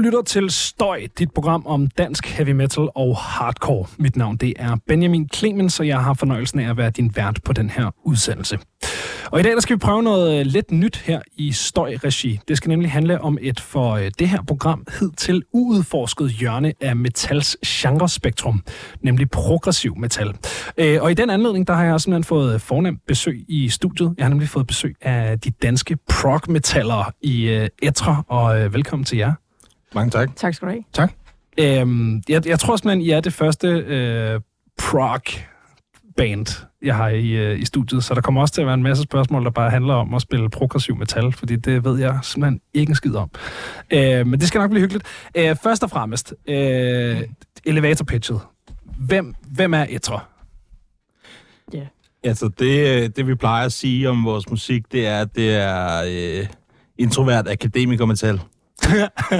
lytter til Støj, dit program om dansk heavy metal og hardcore. Mit navn det er Benjamin Clemens, og jeg har fornøjelsen af at være din vært på den her udsendelse. Og i dag der skal vi prøve noget øh, lidt nyt her i Støj-regi. Det skal nemlig handle om et for øh, det her program hidtil uudforsket hjørne af metals genrespektrum, nemlig progressiv metal. Øh, Og i den anledning, der har jeg simpelthen fået øh, fornemt besøg i studiet. Jeg har nemlig fået besøg af de danske prog-metallere i øh, Etre, og øh, velkommen til jer. Mange tak. Tak skal du have. Øhm, jeg, jeg tror simpelthen, I er det første øh, prog-band, jeg har i, øh, i studiet, så der kommer også til at være en masse spørgsmål, der bare handler om at spille progressiv metal, fordi det ved jeg simpelthen ikke en skid om. Øh, men det skal nok blive hyggeligt. Øh, først og fremmest, øh, elevator-pitchet. Hvem, hvem er Etre? Altså, det, øh, det vi plejer at sige om vores musik, det er, at det er øh, introvert akademikermetal.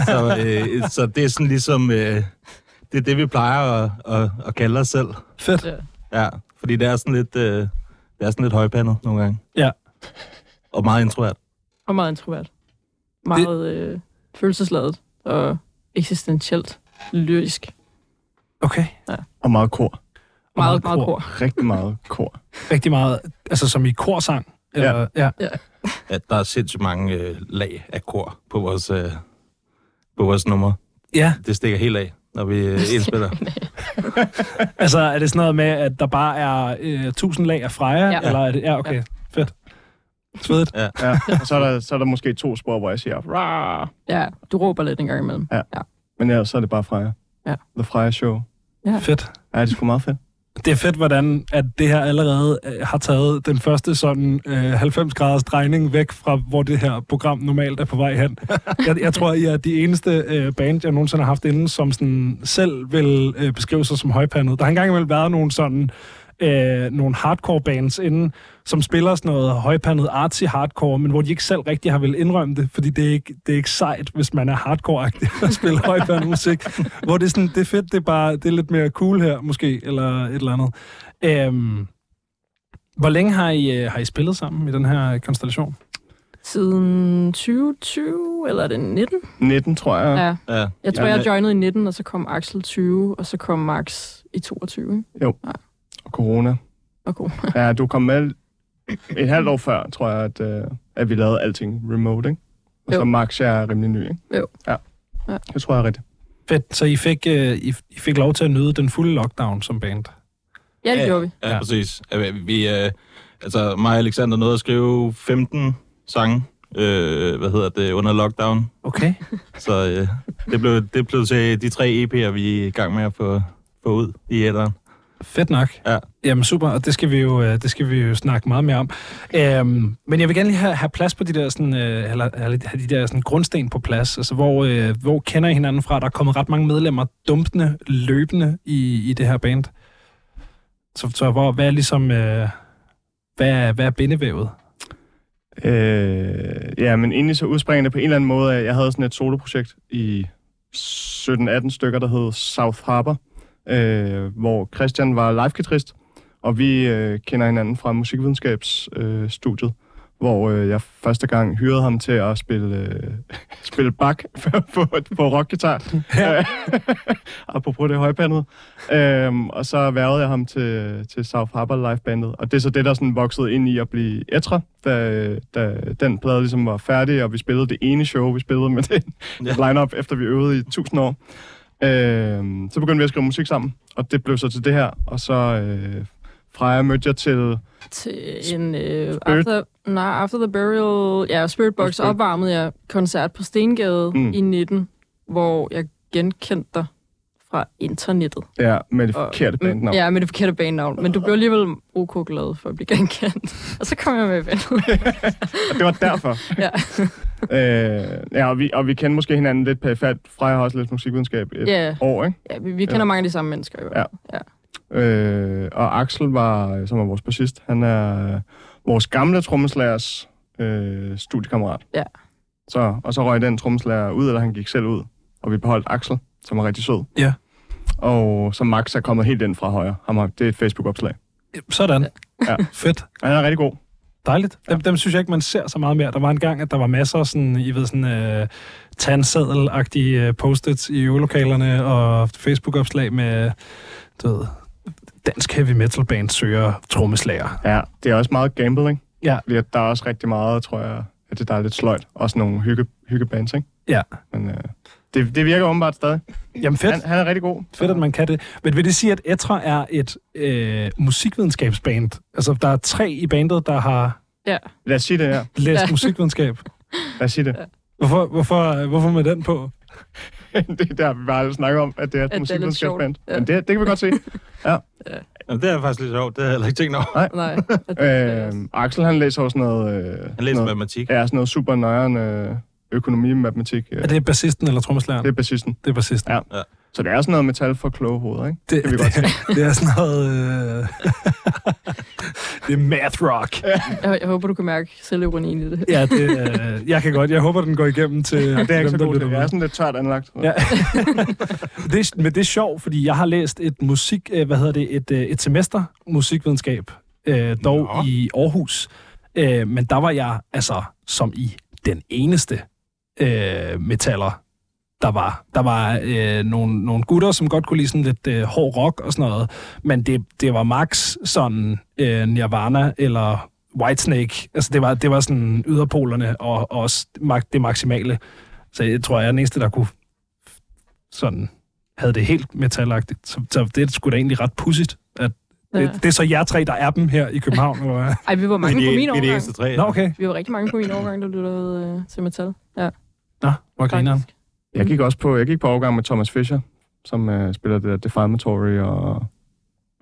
så, øh, så det er sådan ligesom, øh, det er det, vi plejer at, at, at kalde os selv. Fedt. Ja. Ja, fordi det er sådan lidt, øh, det er sådan lidt højpandet nogle gange. Ja. Og meget introvert. Og meget introvert. Meget øh, følelsesladet og eksistentielt lyrisk. Okay. Og meget kor. Meget, meget kor. Rigtig meget kor. Rigtig meget, altså som i korsang. Eller, ja. At der er sindssygt mange øh, lag af kor på vores, øh, på vores nummer. ja. Det stikker helt af, når vi øh, indspiller. Altså, er det sådan noget med, at der bare er øh, tusind lag af Freja? Ja. Eller er det, ja, okay. Ja. Fedt. Svedigt. Ja. Og så er, der, så er der måske to spor, hvor jeg siger, Rah! Ja, du råber lidt en gang imellem. men ja, så er det bare Freja. Ja. The Freja Show. Ja. Fedt. Ja, det er sgu meget fedt. Det er fedt, hvordan at det her allerede øh, har taget den første sådan øh, 90-graders drejning væk fra, hvor det her program normalt er på vej hen. Jeg, jeg tror, I er de eneste øh, band, jeg nogensinde har haft inden, som sådan selv vil øh, beskrive sig som højpandet. Der har engang imellem været nogle sådan øh, nogle hardcore bands inden, som spiller sådan noget højpandet artsy hardcore, men hvor de ikke selv rigtig har vel indrømme det, fordi det er ikke, det er ikke sejt, hvis man er hardcore-agtig og spiller højpandet musik. Hvor det er sådan, det er fedt, det er bare, det er lidt mere cool her, måske, eller et eller andet. Øhm, hvor længe har I, øh, har I spillet sammen i den her konstellation? Siden 2020, eller er det 19? 19, tror jeg. Ja. ja. Jeg tror, Ja, jeg men- joinede i 19, og så kom Axel 20, og så kom Max i 22. ikke? Og corona. Og god. Ja, du kom med et halvt år før, tror jeg, at, øh, at vi lavede alting remote, ikke? Og Jo. så Max jeg er rimelig ny, ikke? Jo. Ja. Ja. Det tror jeg er rigtigt. Fedt, så I fik, øh, I, I fik lov til at nyde den fulde lockdown som band. Ja, det Ja. gjorde vi. Ja, Ja. ja. præcis. Ja, vi- Vi, øh, altså, mig og Alexander nåede at skrive 15 sange, øh, hvad hedder det, under lockdown. Okay. Så øh, det, blev, det blev til de tre EP'er, vi er i gang med at få, få ud i æderen. Fedt nok. Ja. Jamen super, og det skal vi jo, øh, det skal vi jo snakke meget mere om. Øhm, men jeg vil gerne lige have, have plads på de der, sådan, øh, eller, eller, have de der sådan, grundsten på plads. Altså, hvor, øh, hvor kender I hinanden fra? Der er kommet ret mange medlemmer dumpende, løbende i, i det her band. Så, så hvor, hvad er ligesom... Øh, hvad er, hvad er bindevævet? Øh, ja, men egentlig så udspringer det på en eller anden måde af, jeg havde sådan et soloprojekt i 17-18 stykker, der hed South Harbor, øh, hvor Christian var live og vi øh, kender hinanden fra musikvidenskabsstudiet, øh, studiet, hvor øh, jeg første gang hyrede ham til at spille, øh, spille bak på, på rockgitar. Ja. Apropos det højpandet. Øhm, og så værvede jeg ham til, til South Harbor Live Bandet, og det er så det, der sådan voksede ind i at blive etre, da, da den plade ligesom var færdig, og vi spillede det ene show, vi spillede med det ja. line-up, efter vi øvede i 1000 år. Øhm, så begyndte vi at skrive musik sammen, og det blev så til det her, og så øh, Freja mødte jeg til til en øh, Spirit- after, nej, after the Burial, ja, Spirit Box Spirit- opvarmede jeg koncert på Stengade Mm. mm. i 19, hvor jeg genkendte dig fra internettet. ja, med det Og- Mm, forkerte bandnavn. Ja, med det forkerte bandnavn. Men du blev alligevel ok glad for at blive genkendt. Og så kom jeg med i bandet. Og det var derfor. Ja. øh, ja, og vi, og vi kender måske hinanden lidt perifært. Freja har også lidt musikvidenskab et yeah. Ja, år, ikke? ja vi, vi kender Ja. mange af de samme mennesker. Jo. Ja. Ja. Øh, og Axel var, øh, som er vores bassist, han er øh, vores gamle trommeslagers øh, studiekammerat. Ja. Så, og så røg den trommeslager ud, eller han gik selv ud, og vi beholdt Axel, som er rigtig sød. Ja. Og så Max er kommet helt ind fra højre. Ham har, det er et Facebook-opslag. Sådan. Ja. Fedt. Og han er rigtig god. Dejligt. Dem, dem synes jeg ikke, man ser så meget mere. Der var en gang, at der var masser af sådan, I ved, sådan øh, tandseddel-agtige øh, post-its i øvelokalerne, og Facebook-opslag med, du ved, dansk heavy metal band søger trommeslager. Ja, det er også meget gambling. Ja. Fordi at der er også rigtig meget, tror jeg, at det der er lidt sløjt. Også nogle hygge, hyggebands, ikke? Ja. Men øh, det, det virker åbenbart stadig. Jamen fedt. Han, han er rigtig god. Fedt, at man kan det. Men vil det sige, at Etra er et øh, musikvidenskabsband? Altså, der er tre i bandet, der har Lad os sige det, ja. læst ja. Ja. musikvidenskab. Lad os sige det. Hvorfor, hvorfor, øh, hvorfor med den på? det er der, vi bare snakker om, at det det er er et lidt musikvidenskabsband. sjovt. Ja. Men det, det kan vi godt se. Jamen, det er faktisk lidt sjovt. Det havde jeg heller ikke tænkt over. Nej. at det er det også. Øh, Axel, han læser jo sådan noget... Øh, Han læser noget, matematik. Ja, sådan noget super nøjeren øh, økonomi og matematik. Øh, Er det bassisten eller trommeslageren? det er Det, bassisten. det er bassisten. Ja. Så det er sådan noget metal for kloge hoveder, ikke? Det, kan vi det, godt se. det, det er sådan noget... Øh... det er math rock. Jeg, jeg håber, du kan mærke selvironien i det. Ja, det, øh, jeg kan godt. Jeg håber, den går igennem til ja, Det er ikke så godt. lytter Det er med. sådan lidt tørt anlagt. Ja. det er, men det er sjovt, fordi jeg har læst et musik, øh, hvad hedder det, et, øh, et semester musikvidenskab, øh, dog Nå. i Aarhus. Øh, men der var jeg altså som i den eneste øh, metaller, der var. Der var øh, nogle, nogle gutter, som godt kunne lide sådan lidt øh, hård rock og sådan noget, men det, det var max sådan øh, Nirvana eller Whitesnake. Altså det var, det var sådan yderpolerne og, og også mag- det maksimale. Så jeg tror, jeg er den eneste, der kunne sådan havde det helt metalagtigt. Så, så det er sgu da egentlig ret pudsigt, at ja. Ja. det, det er så jer tre, der er dem her i København. Eller hvad? Ej, vi var mange Vi er på de- min vi er de årgang. eneste tre. Nå, okay. Vi var rigtig mange på min årgang, der lyttede øh, til metal. Ja, Nå, hvor griner faktisk. Jeg gik også på, jeg gik på overgang med Thomas Fischer, som øh, spiller det der Defamatory og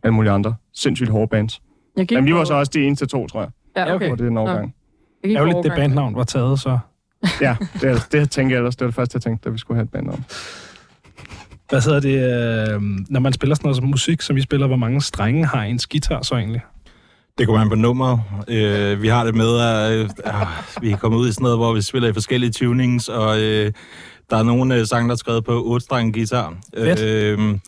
alle mulige andre sindssygt hårde bands. Jeg gik Men vi på- var så også de eneste to, tror jeg, Ja, okay. hvor det er en overgang. Jeg gik på Ærgerligt, det årgang. bandnavn var taget, så... Ja, det, er- det tænker jeg ellers, det var det første, jeg tænkte, da vi skulle have et band om. Hvad hedder det, øh, når man spiller sådan noget som musik, som I spiller, hvor mange strenge har ens guitar så egentlig? Det går man på nummer. Øh, vi har det med, at øh, ah, vi er kommet ud i sådan noget, hvor vi spiller i forskellige tunings, og øh, der er nogle øh, sange, der er skrevet på 8 guitar. Fedt. Øh,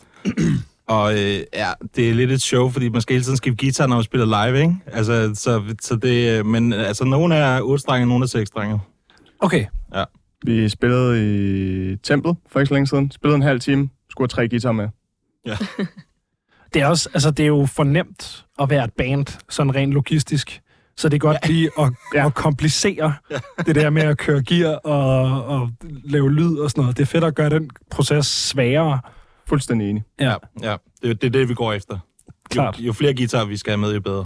og øh, ja, det er lidt et show, fordi man skal hele tiden skifte guitar, når man spiller live, ikke? Altså, så, så det, øh, men altså, nogle er 8 og nogle er 6 strenge. Okay, Vi spillede i Templet for ikke så længe siden. Spillede en halv time, skulle have tre guitar med. det er, også, altså, det er jo fornemt at være et band, sådan rent logistisk. Så det er godt ja. lige at, ja. Ja. at komplicere ja. det der med at køre gear og, og lave lyd og sådan noget. Det er fedt at gøre den proces sværere. Fuldstændig enig. Ja, Ja, det, er- det er det, vi går efter. Jo, klart. jo flere guitar, vi skal have med, jo bedre.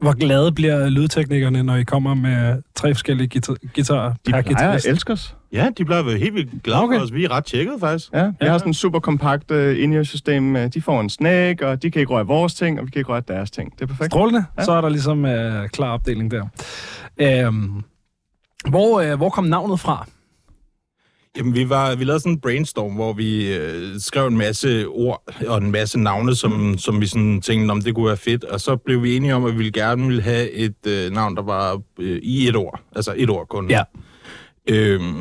Hvor glade bliver lydteknikerne, når I kommer med tre forskellige guitar- guitarer De per plejer at guitarist? elske os. Ja, de bliver helt vildt glade okay. Okay. for os. Vi er ret tjekket, faktisk. Ja, vi Ja. ja. har sådan en super kompakt uh, in-ear-system. Øh, De får en snæk, og de kan ikke røre vores ting, og vi kan ikke røre deres ting. Det er perfekt. Strålende. Ja. Ja. Så er der ligesom øh, klar opdeling der. Øhm, hvor, øh, hvor kom navnet fra? Jamen, vi, var, vi lavede sådan en brainstorm, hvor vi øh, skrev en masse ord og en masse navne, som, mm. som vi sådan tænkte, om det kunne være fedt. Og så blev vi enige om, at vi ville gerne ville have et øh, navn, der var øh, i et ord. Altså et ord kun. Ja. Øhm,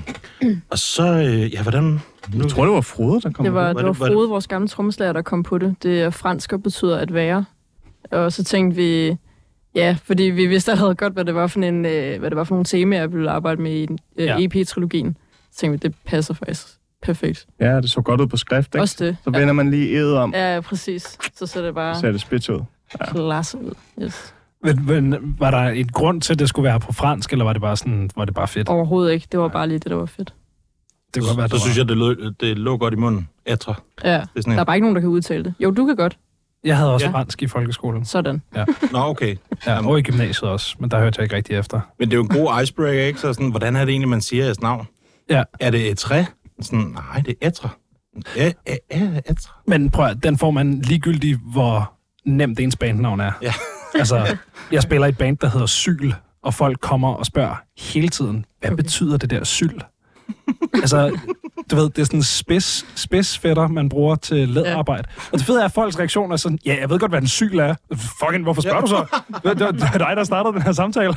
og så, øh, ja, hvordan... Nu, Jeg tror, det var Frode, der kom Det var, Var det, det- var var det- Frode, vores gamle trommeslager, der kom på det. Det er fransk og betyder at være. Og så tænkte vi, ja, fordi vi vidste allerede godt, hvad det var for, en, øh, hvad det var for nogle temaer, vi ville arbejde med i øh, Ja. ja. EP-trilogien. Så tænkte vi, det passer faktisk perfekt. Ja, det så godt ud på skrift, ikke? Også det. Så vender man lige ædet om, Ja, ja, præcis. Så ser det bare så er det spids ud. klasse ud. Yes. Men, men, var der en grund til, at det skulle være på fransk, eller var det bare, sådan, var det bare fedt? Overhovedet ikke. Det var bare lige det, der var fedt. Det kunne godt være, så, så synes jeg, det lå, det lå godt i munden. Atra. Ja. Det er sådan Der er en, bare ikke nogen, der kan udtale det. Jo, du kan godt. jeg havde også ja. Ja. fransk i folkeskolen. Sådan. Nå, okay. Ja, og i gymnasiet også, men der hørte jeg ikke rigtig efter. Men det er jo en god icebreaker, ikke? Så sådan, hvordan er det egentlig, man siger jeres navn? Ja. Er det et træ? Sådan, nej, det er etra. Ja, ja, ja, etra. Men prøv at, den får man ligegyldigt, hvor nemt ens bandnavn er. Ja. altså, jeg spiller i et band, der hedder Syl, og folk kommer og spørger hele tiden, hvad okay. Okay. betyder det der syl? altså, du ved, det er sådan spids, spidsfætter, man bruger til læderarbejde. Ja. Og det fede er, at folks reaktion er sådan, ja, jeg ved godt, hvad en syl er. Fucking, hvorfor spørger ja. du så? Det, det, det er dig, der startede den her samtale.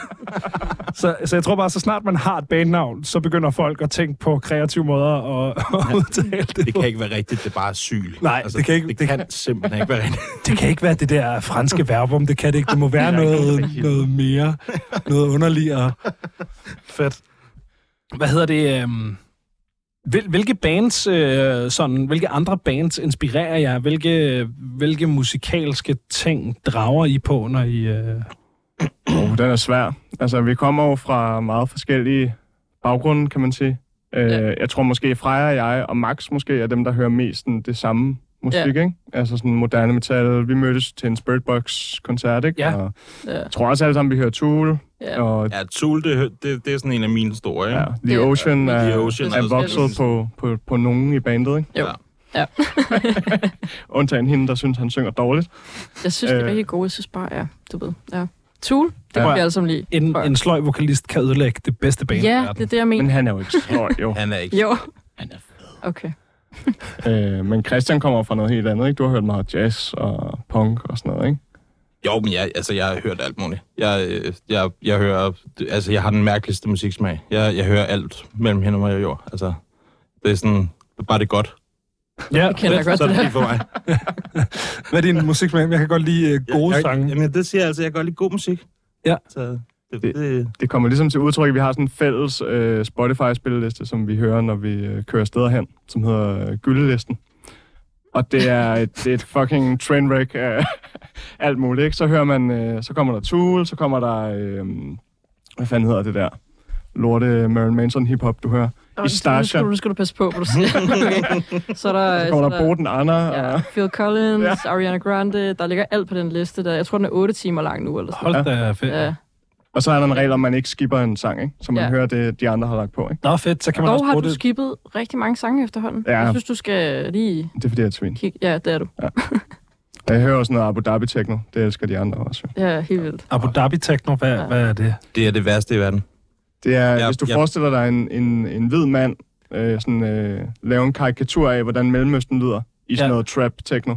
Så, så jeg tror bare, så snart man har et bandnavn, så begynder folk at tænke på kreative måder at, at udtale det. Det på. kan ikke være rigtigt, det er bare syl. Altså, Nej, det kan ikke- Det, det kan simpelthen ikke være rigtigt. det kan ikke være det der franske verbum, det kan det ikke. Det må være Det er ikke noget, rigtigt. noget mere, noget underligere. Fedt. Hvad hedder det? øhm, hvil- Hvilke bands, øh, sådan, hvilke andre bands inspirerer jer? Hvilke, hvilke musikalske ting drager I på, når I... Øh... Oh, den er svær. Altså, vi kommer jo fra meget forskellige baggrunde, kan man sige. Øh, Ja. Jeg tror måske, Freja og jeg, og Max måske, er dem, der hører mest sådan, det samme musik, Ja. ikke? Altså sådan moderne metal. Vi mødtes til en Spirit Box-koncert, ikke? Ja. Og Ja. jeg tror også alle sammen, vi hører Tool, Ja. og Ja, Tool, det, det, det er sådan en af mine store, ikke? ja, Ja. The Ja. Ocean The er, Ocean er er vokset også- på, på, på nogen i bandet, ikke? Jo. Ja. Undtagen hende, der synes, han synger dårligt. Jeg synes, det er Øh. rigtig gode. Jeg synes bare, ja, du ved. Ja. Tool, det Ja. kan vi alle sammen lide. En, Fuck. en sløj vokalist kan ødelægge det bedste band i Ja, verden. det er det, jeg mener. Men han er jo ikke sløj, jo. Han er ikke... Jo. Han er Okay. øh, men Christian kommer fra noget helt andet, ikke? Du har hørt meget jazz og punk og sådan noget, ikke? Jo, men jeg, altså, jeg har hørt alt muligt. Jeg, øh, jeg, jeg hører... Altså, jeg har den mærkeligste musiksmag. Jeg, jeg hører alt mellem hinder og jord. Altså, det er sådan... Bare det er godt. Ja, kender jeg godt, så er det det der. fint for mig. hvad er din musiksmag? Jeg kan godt lide øh, gode jeg, sange. Jeg, jamen, det siger jeg altså. Jeg kan godt lide god musik. Ja. Så det, Det- det, det, det kommer ligesom til udtryk, at vi har sådan en fælles øh, Spotify-spilleliste, som vi hører, når vi øh, kører steder hen, som hedder øh, Gyldelisten. Og det er, et, det er et fucking trainwreck af alt muligt, ikke? Så hører man, øh, så kommer der Tool, så kommer der, øh, hvad fanden hedder det der? Lorte Marilyn Manson hiphop, du hører. Nå, I nu, Starship. skal du, nu skal du passe på, hvad du siger. Okay. Så er der, Så kommer der Boden Anna. Ja. altså. ja, Og, Phil Collins, ja. Ariana Grande. Der ligger alt på den liste. Der. Jeg tror, den er 8 timer lang nu. Eller sådan. Hold da fedt. Ja. og så er Øh, der en regel om, man ikke skipper en sang, ikke? Så man Ja. hører det, de andre har lagt på, ikke? Nå, fedt, så kan man Dog også har bruge du det. skippet rigtig mange sange efterhånden. Ja. Jeg synes, du skal lige Det er fordi, jeg er et svin. kigge. Ja, det er du. Og Jeg hører også noget Abu Dhabi Techno. Det elsker de andre også, jo. Ja, helt vildt. Abu Dhabi Techno, hvad, ja. Ja. hvad er det? det er det værste i verden. Det er, Ja, ja, hvis du ja. ja. forestiller dig en, en, en hvid mand, øh, sådan, øh, lave en karikatur af, hvordan Mellemøsten lyder i sådan Ja. ja. noget trap-techno.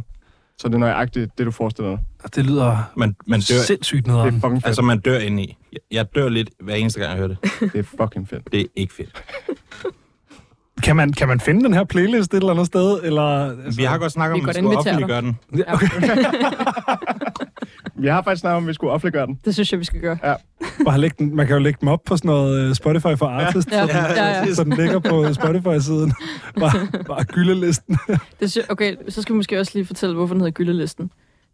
Så det er nøjagtigt det, du forestiller dig. Det lyder Man, man dør, sindssygt Det er nederen. fucking fedt. altså, man dør indeni. Jeg, jeg dør lidt hver eneste gang, jeg hører det. Det er fucking fedt. Det er ikke fedt. Kan man, kan man finde den her playlist et eller andet sted? Eller, altså, Vi har godt snakket om, Vi at man godt skulle inviterer dig. offentliggøre den. Ja, okay. Vi har faktisk snakket om, at vi skulle offentliggøre den. Det synes jeg, vi skal gøre. Bare lægge den, man kan jo lægge dem op på sådan noget øh, Spotify for Artist, Ja, så, den- ja, ja. så den ligger på Spotify-siden. Bare, bare gyldlelisten. Det sy- okay, så skal vi måske også lige fortælle, hvorfor den hedder Gyllelisten.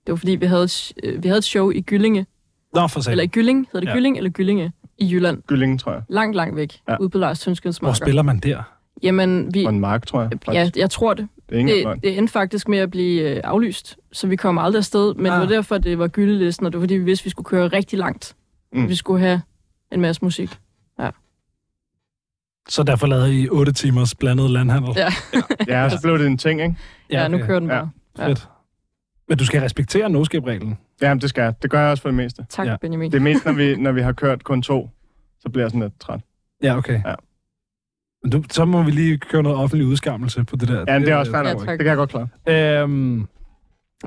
Det var fordi, vi havde, et sh- øh, vi havde et show i Gyllinge. Nå, for Eller i satan. Gylling. Hedder det Ja. ja. Gylling eller Gyllinge? I Jylland. Gyllingen, tror jeg. Langt, langt væk. Ja. Ja. Ude på Lars Hvor Tønskensmarker. spiller man der? Jamen, vi... Og en mark, tror jeg. Ja, Faktisk. jeg tror det. Det er ingen løgn. Det, det endte faktisk med at blive øh, aflyst, så vi kom aldrig afsted. Men ah. Ah. det var derfor, det var gyldelisten, og det var fordi, vi vidste, at vi skulle køre rigtig langt. Mm. Mm. Vi skulle have en masse musik. Så derfor lavede I 8 timers blandet landhandel. Ja, Ja, så blev det en ting, ikke? Ja, ja nu okay. kører den Ja. bare. ja. Fedt. Men du skal respektere no-skip-reglen. Jamen, det skal jeg. Det gør jeg også for det meste. Tak, Ja. ja. Benjamin. Det er mest, når vi, når vi har kørt kun to, så bliver jeg sådan lidt træt. Ja, okay. Ja. Men du, så må vi lige køre noget offentlig udskammelse på det der. Øh, Ja, men det er også fair Ja, nok. tak. Det kan jeg godt klare. Øhm,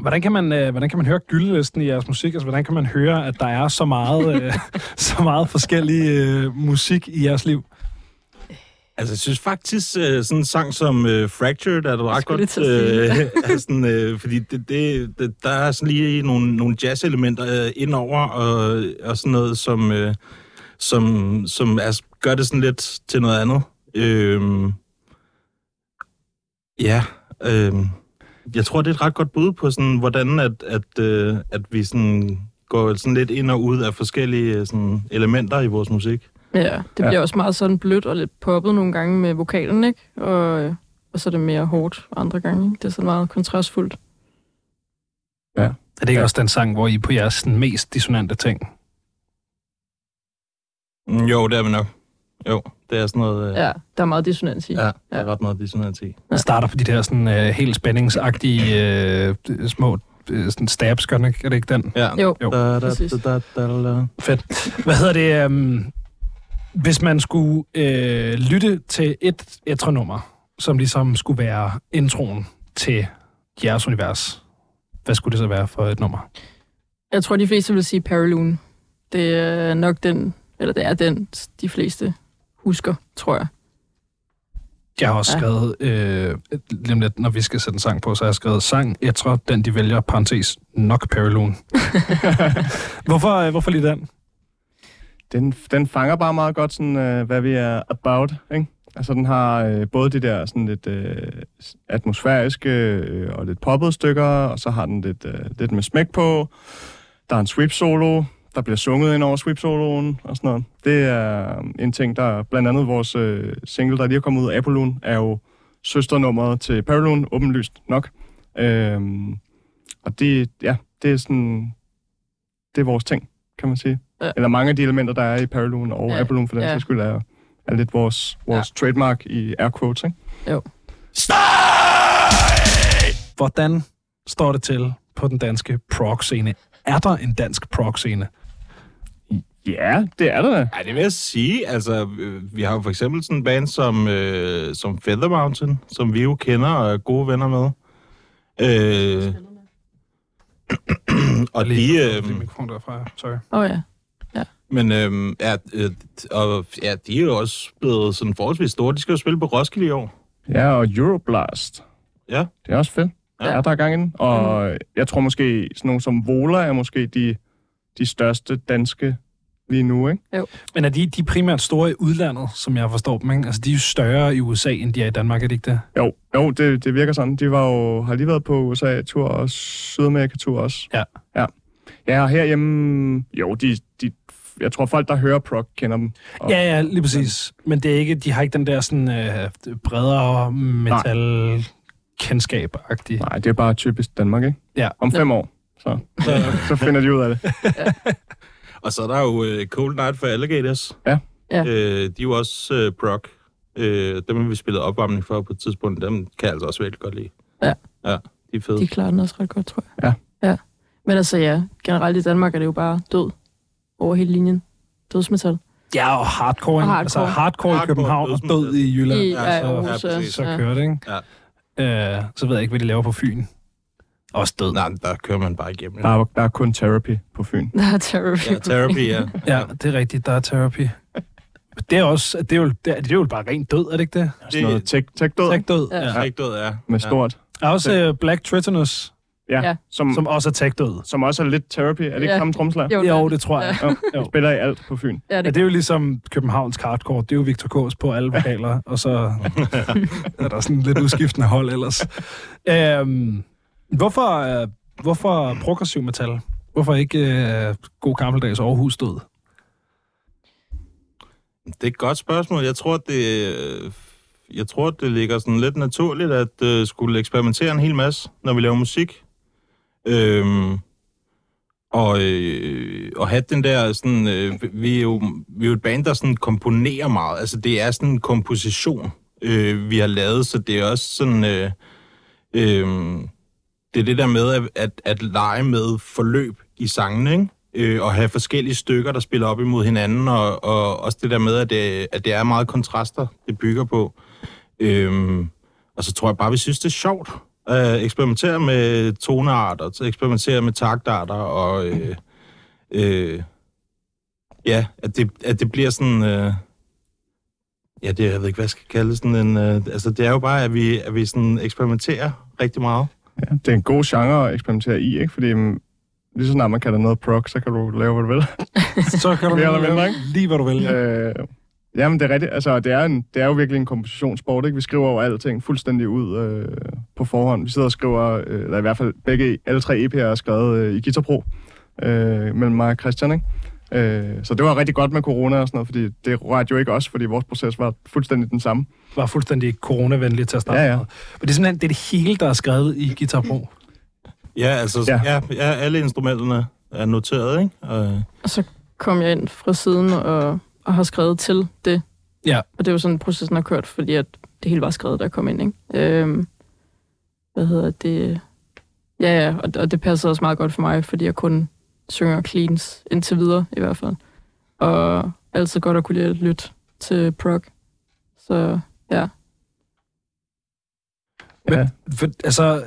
hvordan, kan man, øh, hvordan kan man høre gyldelisten i jeres musik? Altså, hvordan kan man høre, at der er så meget, øh, så meget forskellig øh, musik i jeres liv? Altså, jeg synes faktisk, øh, sådan en sang som øh, Fractured er det ret skulle lige godt. til at Øh, er sådan, øh, fordi det, det, det, der er sådan lige nogle, nogle jazz-elementer øh, indover, og, og sådan noget, som, øh, som, som altså, gør det sådan lidt til noget andet. Øh, ja, øh, jeg tror, det er et ret godt bud på, sådan, hvordan at, at, øh, at vi sådan går sådan lidt ind og ud af forskellige øh, sådan, elementer i vores musik. Ja, det bliver også meget sådan blødt og lidt poppet nogle gange med vokalen, ikke? Og, øh, og så er det mere hårdt andre gange. Ikke? Det er sådan meget kontrastfuldt. Er det ikke også den sang, hvor I er på jeres sådan, mest dissonante ting? Mm, Jo, det er vi nok. Jo, det er sådan noget... Øh, Ja, der er meget dissonans i. ja, der er ret meget dissonans i. Den starter på de der sådan, øh, helt spændingsagtige øh, små øh, sådan stabs, gør den ikke? Er det ikke den? Ja. Jo. Da, da, præcis. da, da, da, da. Fedt. Hvad hedder det? øhm, hvis man skulle øh, lytte til et etronummer, som ligesom skulle være introen til jeres univers, hvad skulle det så være for et nummer? Jeg tror, de fleste vil sige Paraloon. Det er nok den Eller det er den, de fleste husker, tror jeg. Jeg har også Ja. skrevet, øh, lige om lidt, når vi skal sætte en sang på, så har jeg skrevet sang, jeg tror, den de vælger, parentes, nok Periloon. hvorfor, øh, hvorfor lige den? den, den fanger bare meget godt, sådan, øh, hvad vi er about. Ikke? Altså, den har øh, både de der sådan lidt øh, s- atmosfæriske øh, og lidt poppede stykker, og så har den lidt, øh, lidt med smæk på. Der er en sweep-solo, der bliver sunget ind over sweep-soloen og sådan noget. Det er øh, en ting, der blandt andet vores øh, single, der lige er kommet ud, Apolloon, er jo søsternummeret til Paraloon, åbenlyst nok. Øhm, og det, ja, det er sådan, det er vores ting, kan man sige. Ja. Ja. Eller mange af de elementer, der er i Paraloon og Ja, ja. Apolloon for den ja. ja. sags skyld, er, er lidt vores, vores ja. trademark i air quotes, ikke? Hvordan står det til på den danske prog-scene? Er der en dansk prog-scene? Ja, det er der da. Ej, det vil jeg sige. Altså, øh, vi har jo for eksempel sådan en band som, øh, som Feather Mountain, som vi jo kender og er gode venner med. Øh, og de, øh, Lige mikrofon derfra, sorry. Åh oh, ja. men, øh, er, øh, og, ja, de er jo også blevet sådan forholdsvis store. De skal jo spille på Roskilde i år. Ja, og Euroblast. Ja. Det er også fedt. Ja. Ja. Er der gang i den. Og jeg tror måske, sådan nogle som Vola er måske de, de største danske lige nu, ikke? Men er de, de er primært store i udlandet, som jeg forstår dem, ikke? Altså, de er jo større i USA, end de er i Danmark, er det ikke det? Jo, jo det, det virker sådan. De var jo, har lige været på USA-tur og Sydamerika-tur også. Ja. Ja, ja og herhjemme, jo, de, de, jeg tror folk, der hører prog, kender dem. Og, Ja, ja, lige præcis. Men det er ikke, de har ikke den der sådan øh, bredere metal kendskab agtig Nej, det er bare typisk Danmark, ikke? Ja. Om fem år, så, så, så finder de ud af det. Og så er der jo øh, Cold Night for Alligators. Ja. Ja. Øh, de er jo også øh, prog. Øh, dem har vi spillet opvarmning for på et tidspunkt. Dem kan jeg altså også virkelig godt lide. Ja. Ja, de er fede. De klarer den også ret godt, tror Ja. jeg. Ja. ja. Men altså ja, generelt i Danmark er det jo bare død over hele linjen. Dødsmetal. Ja, og hardcore. ikke? Og hardcore. Altså hardcore, hardcore i Hardcore, København og dødsmetal. død i Jylland. I, I, ja, ja, i så, Aarhus ja, også. præcis. så kører det, ikke? Øh, så ved jeg ikke, hvad de laver på Fyn. Også død. Nej, men der kører man bare igennem. Der er, der er kun therapy på Fyn. Ja, therapy. Ja, therapy, ja. Ja, det er rigtigt. Der er therapy. Det er, også, det, er jo, det, er, det er jo bare rent død, er det ikke det? Der er sådan noget tech, tech død Tech død. Ja. Ja. Rigtig død, ja. med stort. Der er også øh, Black Tritonus, Ja. Ja. ja. Som, som også er tech død. som også er lidt therapy. Er det ikke Ja. ja. samme tromslag? Jo, Jo, det, det tror jeg. Jo. Jo. De spiller i alt på Fyn. ja, Ja, det, det er jo ligesom Københavns hardcore. Det er jo Victor K's på alle vokaler, og så er der sådan lidt udskiftende hold ellers. Øhm, hvorfor, øh, hvorfor progressiv metal? Hvorfor ikke øh, god gammeldags Aarhus død? Det er et godt spørgsmål. Jeg tror, det, øh, jeg tror, det ligger sådan lidt naturligt, at øh, skulle eksperimentere en hel masse, når vi laver musik. Øhm, og, øh, og have den der sådan, øh, vi, er jo, vi er jo et band, der sådan komponerer meget. Altså, det er sådan en komposition, øh, vi har lavet, så det er også sådan... Øh, øh, det er det der med at, at, at lege med forløb i sangene, ikke? Øh, og have forskellige stykker, der spiller op imod hinanden, og, og også det der med, at det, at det er meget kontraster, det bygger på. Øhm, og så tror jeg bare, vi synes, det er sjovt at eksperimentere med tonearter, at eksperimentere med taktarter, og øh, øh, ja, at det, at det bliver sådan... Øh, ja, det, jeg ved ikke, hvad jeg skal kalde sådan en... Øh, altså, det er jo bare, at vi, at vi sådan eksperimenterer rigtig meget. Ja, det er en god genre at eksperimentere i, ikke? Fordi mm, lige så snart man kalder noget prog, så kan du lave, hvad du vil. Så kan du Mere eller lave mindre, ikke? lige, hvad du vil. Ja. Øh, jamen, det er rigtigt. Altså, det er, en, det er jo virkelig en kompositionssport, ikke? Vi skriver jo alting fuldstændig ud øh, på forhånd. Vi sidder og skriver, øh, eller i hvert fald begge, alle tre EP'er er skrevet øh, i Guitar Pro øh, mellem mig og Christian, ikke? Øh, så det var rigtig godt med corona og sådan noget, fordi det rørte jo ikke os, fordi vores proces var fuldstændig den samme. Var fuldstændig coronavenlig til at starte Ja, ja. med. Men det er simpelthen det, er det hele, der er skrevet i Guitar Pro. Ja, altså, ja. Ja. Ja, ja, alle instrumenterne er noteret, ikke? Og, Og så kom jeg ind fra siden og, og har skrevet til det. Ja. Og det er jo sådan, processen har kørt, fordi at det hele var skrevet, da jeg kom ind, ikke? Øhm, hvad hedder det? Ja, ja, og, og det passede også meget godt for mig, fordi jeg kun synger cleans indtil videre, i hvert fald. Og altid godt at kunne lide at lytte til prog. Så Men, for, altså,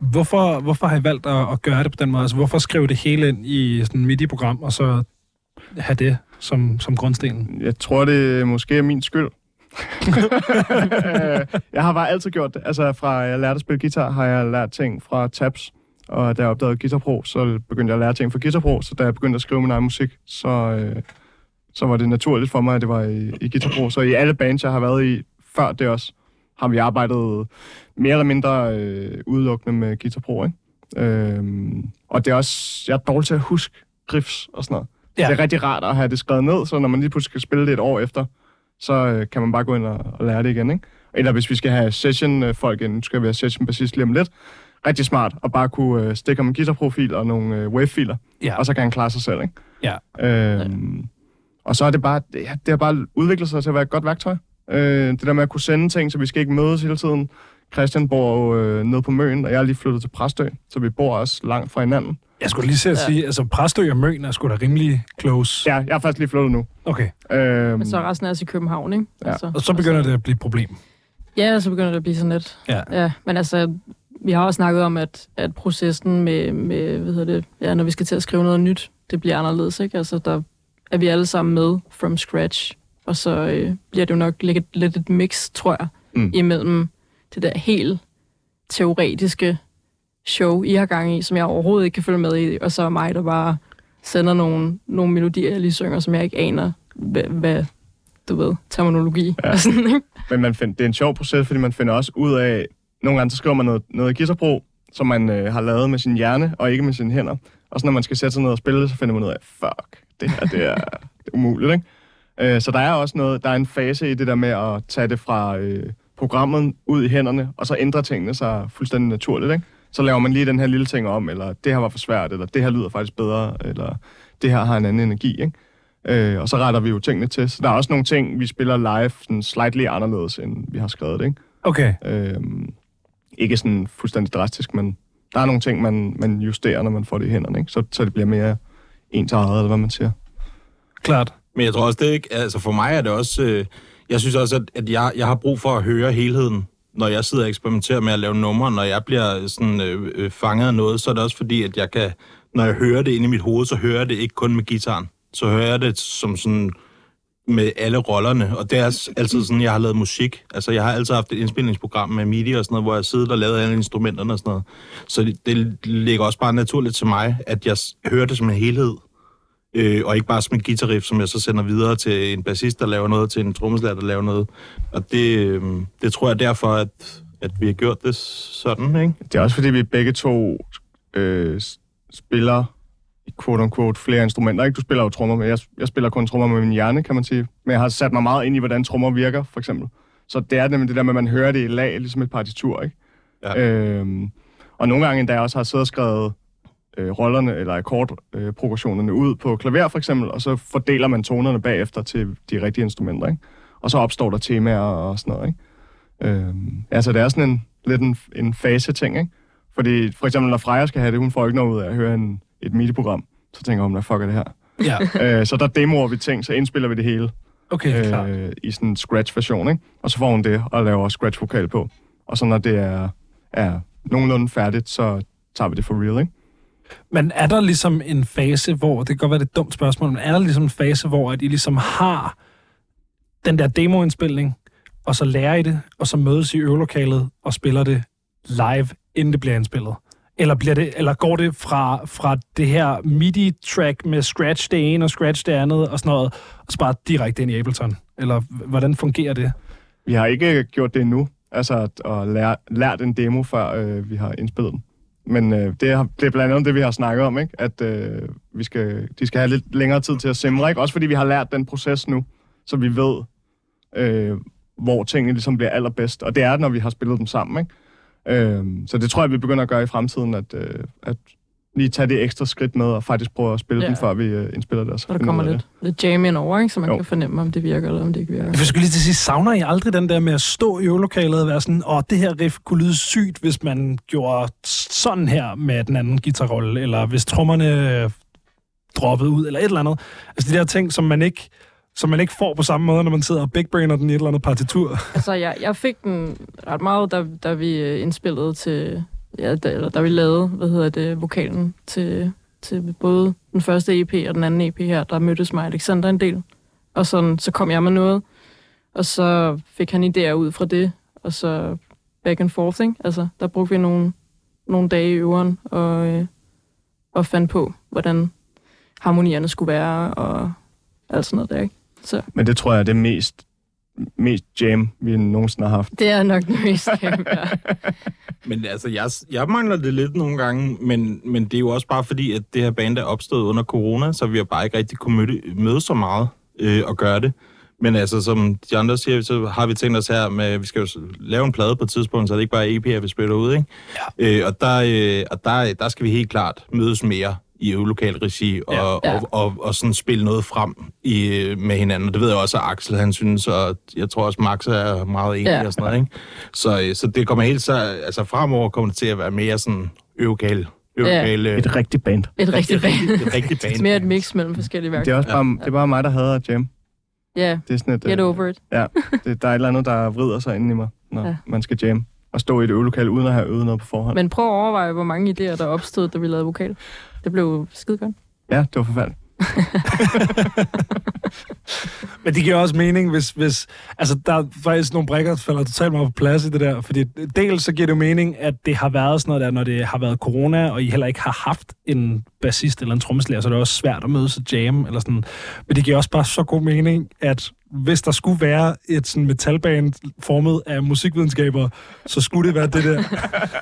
hvorfor, hvorfor har I valgt at, at gøre det på den måde? Altså, hvorfor skrive det hele ind i sådan et midi-program, og så have det som, som grundstenen? Jeg tror, det måske er min skyld. jeg har bare altid gjort det. Altså, fra jeg lærte at spille guitar, har jeg lært ting fra tabs. Og da jeg opdagede Guitar Pro, så begyndte jeg at lære ting fra Guitar Pro. Så da jeg begyndte at skrive min egen musik, så, øh, så var det naturligt for mig, at det var i, i Guitar Pro. Så i alle bands, jeg har været i før det også, har vi arbejdet mere eller mindre øh, udelukkende med Guitar Pro. Ikke? Øhm, og det er også, jeg er dårlig til at huske riffs og sådan noget. Ja. Ja. Det er rigtig rart at have det skrevet ned, så når man lige pludselig skal spille det et år efter, så øh, kan man bare gå ind og, og lære det igen. Ikke? Eller hvis vi skal have session-folk ind, nu skal vi have session bassist lige om lidt, rigtig smart at bare kunne øh, stikke om en guitarprofil og nogle øh, wave-filer, Ja. og så kan han klare sig selv. Ikke? Ja. Øhm, og så er det bare, det, ja, det har bare udviklet sig til at være et godt værktøj. Øh, det der med at kunne sende ting, så vi skal ikke mødes hele tiden. Christian bor jo øh, nede på Møn, og jeg er lige flyttet til Præstø, så vi bor også langt fra hinanden. Jeg skulle lige se at Ja. sige, altså Præstø og Møn er sgu da rimelig close. Ja, jeg er faktisk lige flyttet nu. Okay, Øh, Men så er resten af os i København, ikke? Altså, Ja. Mm. og så begynder det at blive et problem. Ja, så begynder det at blive sådan lidt. Ja. ja men altså, vi har også snakket om, at, at processen med, med hvad hedder det, ja, når vi skal til at skrive noget nyt, det bliver anderledes, ikke? Altså, der er vi alle sammen med from scratch, og så øh, bliver det jo nok lidt, lidt et mix, tror jeg, Mm. mm. imellem det der helt teoretiske show, I har gang i, som jeg overhovedet ikke kan følge med i, og så mig, der bare sender nogle, nogle melodier, jeg lige synger, som jeg ikke aner, hvad, hvad du ved, terminologi ja. og sådan, ikke? Men man find, det er en sjov proces, fordi man finder også ud af, nogle gange så skriver man noget, noget i guitarbro, som man øh, har lavet med sin hjerne, og ikke med sine hænder. Og så når man skal sætte sig ned og spille det, så finder man ud af, fuck, det her det er, det er umuligt, ikke? Øh, så der er også noget, der er en fase i det der med at tage det fra øh, programmet ud i hænderne, og så ændrer tingene sig fuldstændig naturligt, ikke? Så laver man lige den her lille ting om, eller det her var for svært, eller det her lyder faktisk bedre, eller det her har en anden energi, ikke? Øh, og så retter vi jo tingene til. Så der er også nogle ting, vi spiller live sådan slightly anderledes, end vi har skrevet det. Ikke, Okay, øh, ikke sådan fuldstændig drastisk, men der er nogle ting, man, man justerer, når man får det i hænderne. Ikke? Så, så det bliver mere ens eget, eller hvad man siger. klart. Men jeg tror også, det er ikke... Altså for mig er det også... Øh, jeg synes også, at, at jeg, jeg har brug for at høre helheden, når jeg sidder og eksperimenterer med at lave numre. Når jeg bliver sådan, øh, øh, fanget af noget, så er det også fordi, at jeg kan... Når jeg hører det inde i mit hoved, så hører jeg det ikke kun med gitaren. Så hører jeg det som sådan med alle rollerne, og det er s- altid sådan, jeg har lavet musik. Altså, jeg har altid haft et indspilningsprogram med MIDI og sådan noget, hvor jeg sidder og lavede alle instrumenterne og sådan noget. Så det, det ligger også bare naturligt til mig, at jeg s- hører det som en helhed øh, og ikke bare som en guitarriff, som jeg så sender videre til en bassist, der laver noget, til en trommeslager, der laver noget. Og det, øh, det tror jeg derfor, at, at vi har gjort det sådan, ikke? Det er også fordi, vi begge to øh, s- spiller quote unquote, flere instrumenter. Ikke? Du spiller jo trommer, men jeg, jeg spiller kun trommer med min hjerne, kan man sige. Men jeg har sat mig meget ind i, hvordan trommer virker, for eksempel. Så det er nemlig det der med, at man hører det i lag, ligesom et partitur, ikke? Ja. Øhm, og nogle gange endda jeg også har siddet og skrevet øh, rollerne eller akkordprogressionerne øh, progressionerne ud på klaver, for eksempel, og så fordeler man tonerne bagefter til de rigtige instrumenter, ikke? Og så opstår der temaer og sådan noget, ikke? Øhm, altså, det er sådan en, lidt en, en fase-ting, ikke? Fordi for eksempel, når Freja skal have det, hun får ikke noget ud af at høre en, et MIDI-program. Så tænker hun, hvad fuck er det her? Ja, øh, så der demoer vi ting, så indspiller vi det hele okay, klart. øh, i sådan en scratch-version, ikke? Og så får hun det og laver scratch-vokal på. Og så når det er, er nogenlunde færdigt, så tager vi det for real, ikke? Men er der ligesom en fase, hvor, det kan godt være det er et dumt spørgsmål, men er der ligesom en fase, hvor at I ligesom har den der demoindspilning, og så lærer I det, og så mødes i øvelokalet og spiller det live, inden det bliver indspillet? Eller, bliver det, eller går det fra, fra det her MIDI-track med scratch det ene og scratch det andet og sådan noget, og så bare direkte ind i Ableton? Eller h- hvordan fungerer det? Vi har ikke gjort det endnu, altså at, at lære, lært en demo, før øh, vi har indspillet den. Men øh, det, har, det er blandt andet det, vi har snakket om, ikke? at øh, vi skal, de skal have lidt længere tid til at simre. Ikke? Også fordi vi har lært den proces nu, så vi ved, øh, hvor tingene ligesom bliver allerbedst. Og det er, når vi har spillet dem sammen. Ikke? Øh, så det tror jeg, vi begynder at gøre i fremtiden, at, øh, at lige tage det ekstra skridt med og faktisk prøve at spille Ja. dem, før vi øh, indspiller det. Og så Og der finde ud kommer af det. lidt, lidt jam ind over, ikke? så man Jo. jo. kan fornemme, om det virker eller om det ikke virker. Jeg skulle lige til at sige, savner I aldrig den der med at stå i øvelokalet og være sådan, åh, det her riff kunne lyde sygt, hvis man gjorde sådan her med den anden guitarrolle, eller hvis trommerne øh, droppede ud, eller et eller andet. Altså de der ting, som man ikke, som man ikke får på samme måde, når man sidder og bigbrainer den i et eller andet partitur. Altså, jeg, jeg fik den ret meget, da, da vi øh, indspillede til... Ja, da, eller da vi lavede, hvad hedder det, vokalen til, til både den første EP og den anden EP her, der mødtes mig og Alexander en del. Og sådan, så kom jeg med noget, og så fik han idéer ud fra det, og så back and forth, ikke? Altså, der brugte vi nogle, nogle dage i øveren og, øh, og fandt på, hvordan harmonierne skulle være og alt sådan noget der, ikke? Men det tror jeg er det mest, mest jam, vi nogensinde har haft. Det er nok den mest kæmpe. ja. Men altså, jeg, jeg mangler det lidt nogle gange, men, men det er jo også bare fordi, at det her band er opstået under corona, så vi har bare ikke rigtig kunne møde, møde så meget øh, og gøre det. Men altså, som de andre siger, så har vi tænkt os her med, at vi skal jo s- lave en plade på et tidspunkt, så det ikke bare er EP'er, vi spiller ud, ikke? Ja. Øh, og der, øh, og der, der skal vi helt klart mødes mere i øvelokal regi og, ja. Og, Ja. og, og, og sådan spille noget frem i, øh, med hinanden. Og det ved jeg også, at Axel han synes, og jeg tror også, Max er meget enig ja. Ja. og sådan noget, ikke? Så, øh, så det kommer helt så, altså fremover kommer det til at være mere sådan øvelokal, øvelokal, ja. Et rigtigt band. Et rigtigt band. et rigtigt band. Mere et mix mellem forskellige Det er værker. også bare, det er bare mig, der hader at jam. Ja, Det er sådan et, get øh, over it. Ja, det, der er et eller andet, der vrider sig inde i mig, når ja. Ja. man skal jamme. Og stå i et øvelokal uden at have øvet noget på forhånd. Men... Men prøv at overveje, hvor mange idéer, der opstod, da vi lavede vokal. Det blev skide godt. Ja, det var forfærdeligt. Men det giver også mening, hvis, hvis... Altså, der er faktisk nogle brækker, der falder totalt meget på plads i det der. Fordi dels så giver det jo mening, at det har været sådan noget der, når det har været corona, og I heller ikke har haft en bassist eller en trommeslager, så er det også svært at mødes og jam eller sådan. Men det giver også bare så god mening, at hvis der skulle være et sådan metalband formet af musikvidenskaber, så skulle det være det der.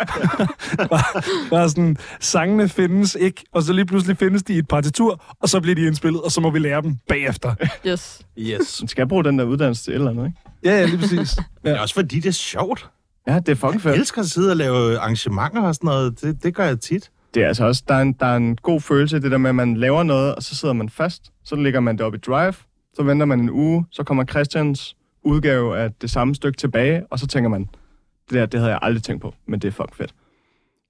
bare, bare sådan, sangene findes ikke, og så lige pludselig findes de i et partitur, og så bliver de indspillet, og så må vi lære dem bagefter. Yes. Yes. Man skal bruge den der uddannelse til et eller andet, ikke? Ja, ja, lige præcis. Men også fordi det er sjovt. Ja, det er fucking Jeg fedt. elsker at sidde og lave arrangementer og sådan noget. Det, det gør jeg tit. Det er altså også, der er, en, der er en god følelse i det der med, at man laver noget, og så sidder man fast. Så lægger man det op i drive, så venter man en uge, så kommer Christians udgave af det samme stykke tilbage, og så tænker man, det der, det havde jeg aldrig tænkt på, men det er fucking fedt.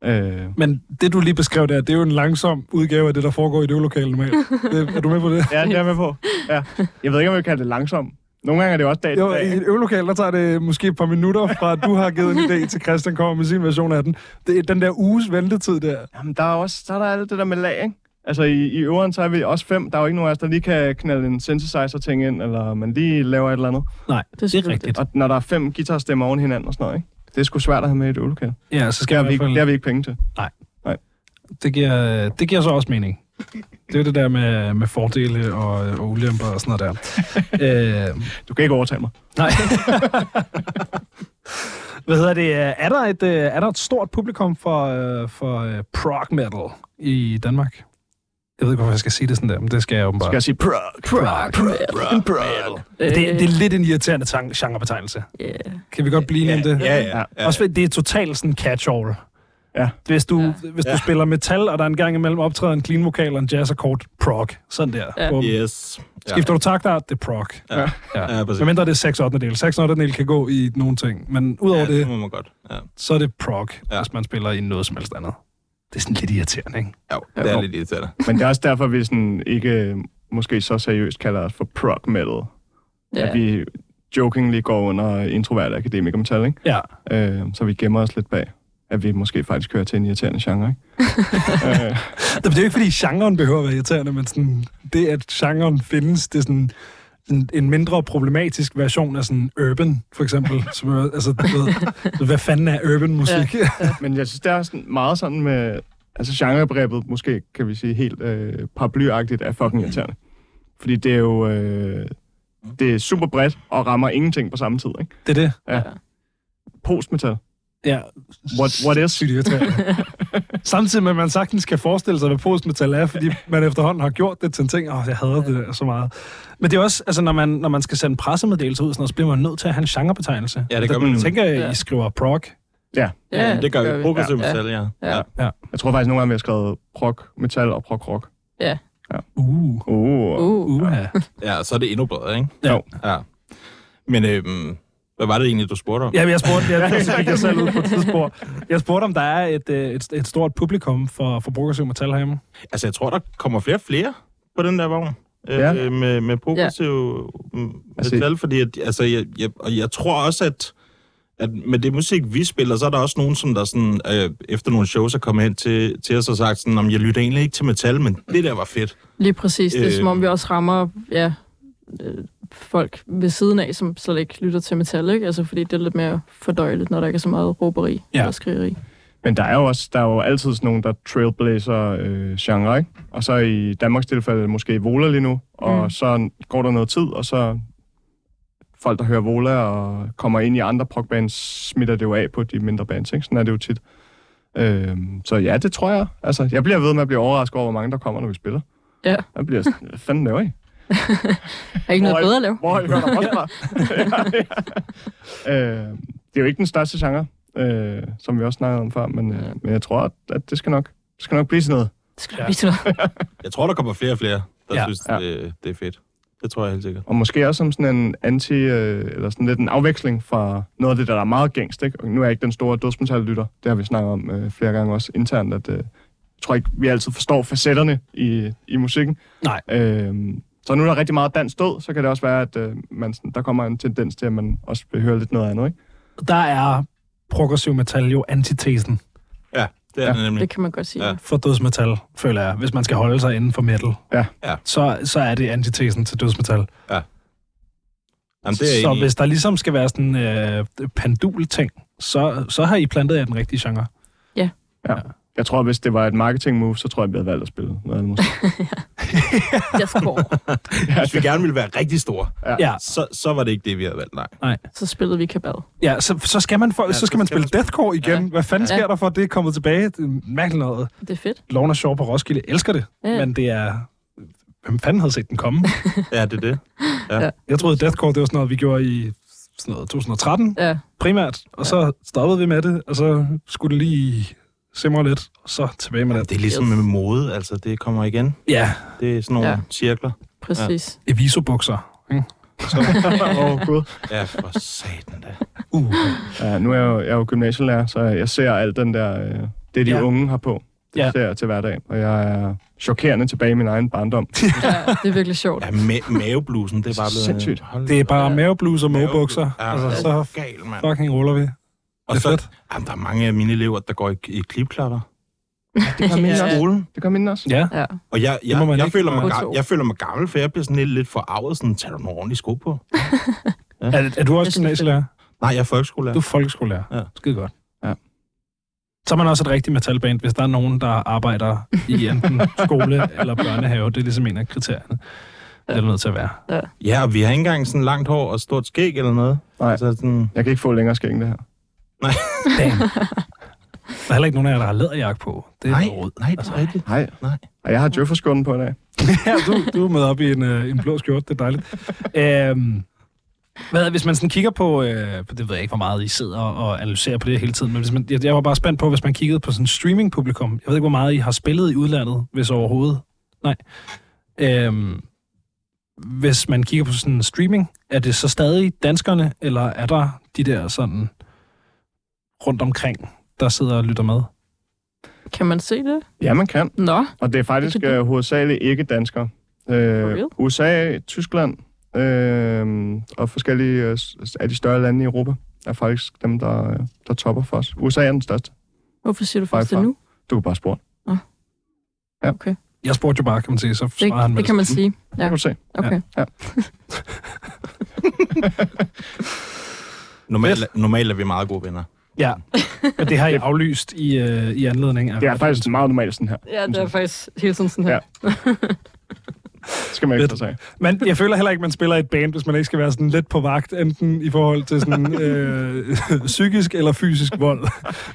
Øh, Men det, du lige beskrev der, det er jo en langsom udgave af det, der foregår i det lokale normalt. Det, er du med på det? ja, det er jeg med på. Ja. Jeg ved ikke, om jeg kalder det langsomt. Nogle gange er det jo også dag til Jo, i dag. et øvelokal, der tager det måske et par minutter fra, at du har givet en idé til Christian kommer med sin version af den. Det er den der uges ventetid der. Jamen, der er også så er der alt det der med lag, ikke? Altså, i, i øveren, så er vi også fem. Der er jo ikke nogen af os, der lige kan knalde en synthesizer-ting ind, eller man lige laver et eller andet. Nej, Det er selvfølgelig rigtigt. Og når der er fem guitarstemmer oven i hinanden og sådan noget, ikke? Det er sgu svært at have med i et øvelokal. Det, Ja, så skal har jeg vi ikke- det det, har vi ikke penge til. det, giver, det giver så også mening. Det er jo det der med, med fordele og, og ulemper og sådan noget der. øh, Du kan ikke overtale mig. Nej. Hvad hedder det? Er der et, øh, er der et stort publikum for, øh, for øh, prog metal i Danmark? Jeg ved ikke, hvorfor jeg skal sige det sådan der, men det skal jeg åbenbart. Skal jeg sige prog? prog. Bro, bro. Det, Øh, det er lidt en irriterende tang- genrebetegnelse. Yeah. Kan vi godt blive enige om det? Ja, ja. Ja. Også fordi det er totalt sådan catch-all. Ja. Hvis du, ja. Ja. hvis du Ja. ja. spiller metal, og der en gang imellem optræder en clean vokal og en jazzakkord, prog. Sådan der. Ja. Bum. Yes. Skifter du taktart, det er prog. Ja. Ja. Ja, præcis. Hvad mindre det er 6 8. del. 6 8. del kan gå i nogle ting, men udover Ja, ja, det, det må man godt. Ja. så er det prog, ja. Ja. hvis man spiller i noget som helst andet. Det er sådan lidt irriterende, ikke? Jo, det er lidt irriterende. Men det er også derfor, vi sådan ikke øh, måske så seriøst kalder os for prog metal. Ja. At vi jokingly går under introvert akademiker metal, ikke? Ja. Øh, så vi gemmer os lidt bag, at vi måske faktisk hører til en irriterende genre, ikke? øh, Det er jo ikke, fordi genren behøver at være irriterende, men sådan, det, at genren findes, det er sådan en, en mindre problematisk version af sådan urban, for eksempel. Som, er- altså, du ved, hvad fanden er urban musik? Ja. Men jeg synes, det er sådan meget sådan med... Altså genrebrebet, måske kan vi sige helt øh, paraplyagtigt, er fucking irriterende. Fordi det er jo... Øh, det er super bredt og rammer ingenting på samme tid, ikke? Det er det. Postmetal. Ja. What- what else? Sygt irriterende. Samtidig med, at man sagtens kan forestille sig, hvad postmetal er, fordi man efterhånden har gjort det til en ting. Åh, jeg hader det der så meget. Men det er også, altså, når man, når man skal sende pressemeddelelser ud, sådan noget, så bliver man nødt til at have en genrebetegnelse. Ja, det gør Der- man Jeg nemlig. tænker, at Ja. I skriver prog. ja, det gør vi. Progressiv Ja. metal, ja. Ja. ja. Jeg tror faktisk, nogle gange vi har skrevet prog metal og prog rock. Uh. Oh. Uh. Uh, Uh. Ja, så er det endnu bedre, ikke? Jo. Ja. Men øhm, hvad var det egentlig, du spurgte om? Ja, men jeg spurgte, jeg, jeg, jeg, jeg selv ud på et tidsspor. Jeg spurgte, om der er et, øh, et, et stort publikum for, for progressiv metal herhjemme. Altså, jeg tror, der kommer flere og flere på den der vogn. øh, Ja. øh, Med, mm, med progressiv ja. Altså- metal, fordi at, altså, jeg, jeg, og jeg tror også, at at med det musik, vi spiller, så er der også nogen, som der sådan, øh, efter nogle shows er kommet hen til, til os og sagt sådan, om jeg lytter egentlig ikke til metal, men det der var fedt. Lige præcis. Det er som om, Øhm. vi også rammer ja, øh, folk ved siden af, som slet ikke lytter til metal, ikke? Altså, fordi det er lidt mere fordøjeligt, når der ikke er så meget råberi Ja. ja. og skrigeri. Men der er jo også der er jo altid sådan nogen, der trailblazer øh, genre, ikke? Og så i Danmarks tilfælde måske Vola lige nu, og Mm. mm. så går der noget tid, og så folk, der hører Vola og kommer ind i andre progbands, smitter det jo af på de mindre bands, ikke? Sådan er det jo tit. Øh, så ja, det tror jeg. Altså, jeg bliver ved med at blive overrasket over, hvor mange der kommer, når vi spiller. Ja. Jeg bliver sådan, hvad fanden laver I? Er ikke noget Hvor er- bedre at lave? Hvor har I hørt om os fra? ja, ja. Øh, det er jo ikke den største genre, øh, som vi også snakkede om før, men, øh, men jeg tror, at, at det skal nok det skal nok blive til noget. Det skal ja. blive til noget. Jeg tror, der kommer flere og flere, der Ja. ja. synes, Ja. det, det er fedt. Det tror jeg helt sikkert. Og måske også som sådan en anti, øh, eller sådan lidt en afveksling fra noget af det, der er meget gængst. Ikke? Og nu er jeg ikke den store dødsmetal-lytter. Det har vi snakket om øh, flere gange også internt, at øh, jeg tror ikke, vi altid forstår facetterne i, i musikken. Nej. Øh, så nu er der rigtig meget dansk død, så kan det også være, at øh, man, sådan, der kommer en tendens til, at man også vil høre lidt noget andet. Ikke? Der er progressiv metal jo antitesen Ja, det er ja. Ja. det nemlig. Det kan man godt sige. Ja. Ja. for dødsmetal, føler jeg. Hvis man skal holde sig inden for metal, Ja. Ja. Så, så er det antitesen til dødsmetal. Jamen, det er så egentlig... hvis der ligesom skal være sådan øh, pendul-ting, så, så har I plantet jer den rigtige genre. Jeg tror, hvis det var et marketing move, så tror jeg, vi havde valgt at spille noget andet musik. Jeg scorer. Hvis vi gerne ville være rigtig store, Ja. Ja, så, så var det ikke det, vi havde valgt, nej. Så spillede vi kabal. ja så, så skal man, for, ja, så skal man spille deathcore igen. Ja. Hvad fanden sker Ja. der for, at det er kommet tilbage? Det er mærkeligt noget. Det er fedt. Lorna Shaw på Roskilde elsker det, Ja. men det er... Hvem fanden havde set den komme? Ja, det er det. Jeg troede, deathcore, det var sådan noget, vi gjorde i sådan noget 2013 Ja. primært, og så stoppede vi med det, og så skulle det lige simre lidt, og så tilbage med det. Det er ligesom med mode, altså. Det kommer igen. Ja, Det er sådan nogle Ja. ja. cirkler. Præcis. Eviso-bukser. ikke? Åh, oh, gud. Ja, for satan da. Uh. Ja, nu er jeg, jo, jeg er jo gymnasielærer, så jeg ser alt den der, øh, det de Ja. ja. unge har på. Det Ja. ja. ser jeg til hverdag, og jeg er chokerende tilbage i min egen barndom. Ja. det er virkelig sjovt. Ja, ma- maveblusen, det er bare blevet... Sindssygt. Hold Det er bare Ja. maveblues og magebukser. Ja, Altså, så gal, mand. fucking ruller vi. Og Det er så, fedt. Jamen, der er mange af mine elever, der går i, i klipklapper Det gør min Ja. også. i skolen. Det gør min også. Ja. Ja. Og jeg, Det må jeg, man jeg, ikke. føler mig På gammel, to. jeg føler mig gammel, for jeg bliver sådan lidt, lidt forarvet. Sådan, tager du nogle ordentlige sko på? Er, er du Jeg synes, også det er gymnasielærer? Nej, jeg er folkeskolelærer. Du er folkeskolelærer. Ja. Skide godt. Ja. Så er man også et rigtigt metalband, hvis der er nogen, der arbejder i enten skole eller børnehave. Det er ligesom en af kriterierne. Det er det nødt til at være. Ja, og vi har ikke engang sådan langt hår og stort skæg eller noget. Nej. Altså sådan... Jeg kan ikke få længere skæg end det her. Damn. Der er heller ikke nogen af jer, der har læderjakke på. Det er Nej, noget rod. nej, det er rigtigt. Nej. Nej. Og jeg har djøfferskolen på i dag. Ja, du, du er med op i en, øh, en blå skjorte, det er dejligt. Øhm, hvad, hvis man sådan kigger på, øh, på, det ved jeg ikke, hvor meget I sidder og analyserer på det hele tiden, men hvis man, jeg, jeg var bare spændt på, hvis man kiggede på sådan streaming-publikum. Jeg ved ikke, hvor meget I har spillet i udlandet, hvis overhovedet. Nej. Øhm, hvis man kigger på sådan streaming, er det så stadig danskerne, eller er der de der sådan rundt omkring, der sidder og lytter med? Kan man se det? Ja, man kan. Nå, Og det er faktisk Det kan du- øh, hovedsageligt ikke danskere. For Øh, real? USA, Tyskland øh, og forskellige øh, s- af de større lande i Europa er faktisk dem, der, øh, der topper for os. USA er den største. hvorfor siger du først det Far. nu? Du kan bare spørge. Jeg spurgte jo bare, kan man sige, så svarer han Det, med det kan man sige. Det Ja. kan du se. Okay. Normalt, normalt er vi meget gode venner. Ja, og det har I aflyst i, øh, i anledning af... Det er faktisk meget normalt sådan her. Ja, det er faktisk hele tiden sådan her. her. Ja. Ja. skal man ikke Lidt. tage sig af. Men jeg føler heller ikke, man spiller i et band, hvis man ikke skal være sådan lidt på vagt, enten i forhold til sådan, øh, psykisk eller fysisk vold.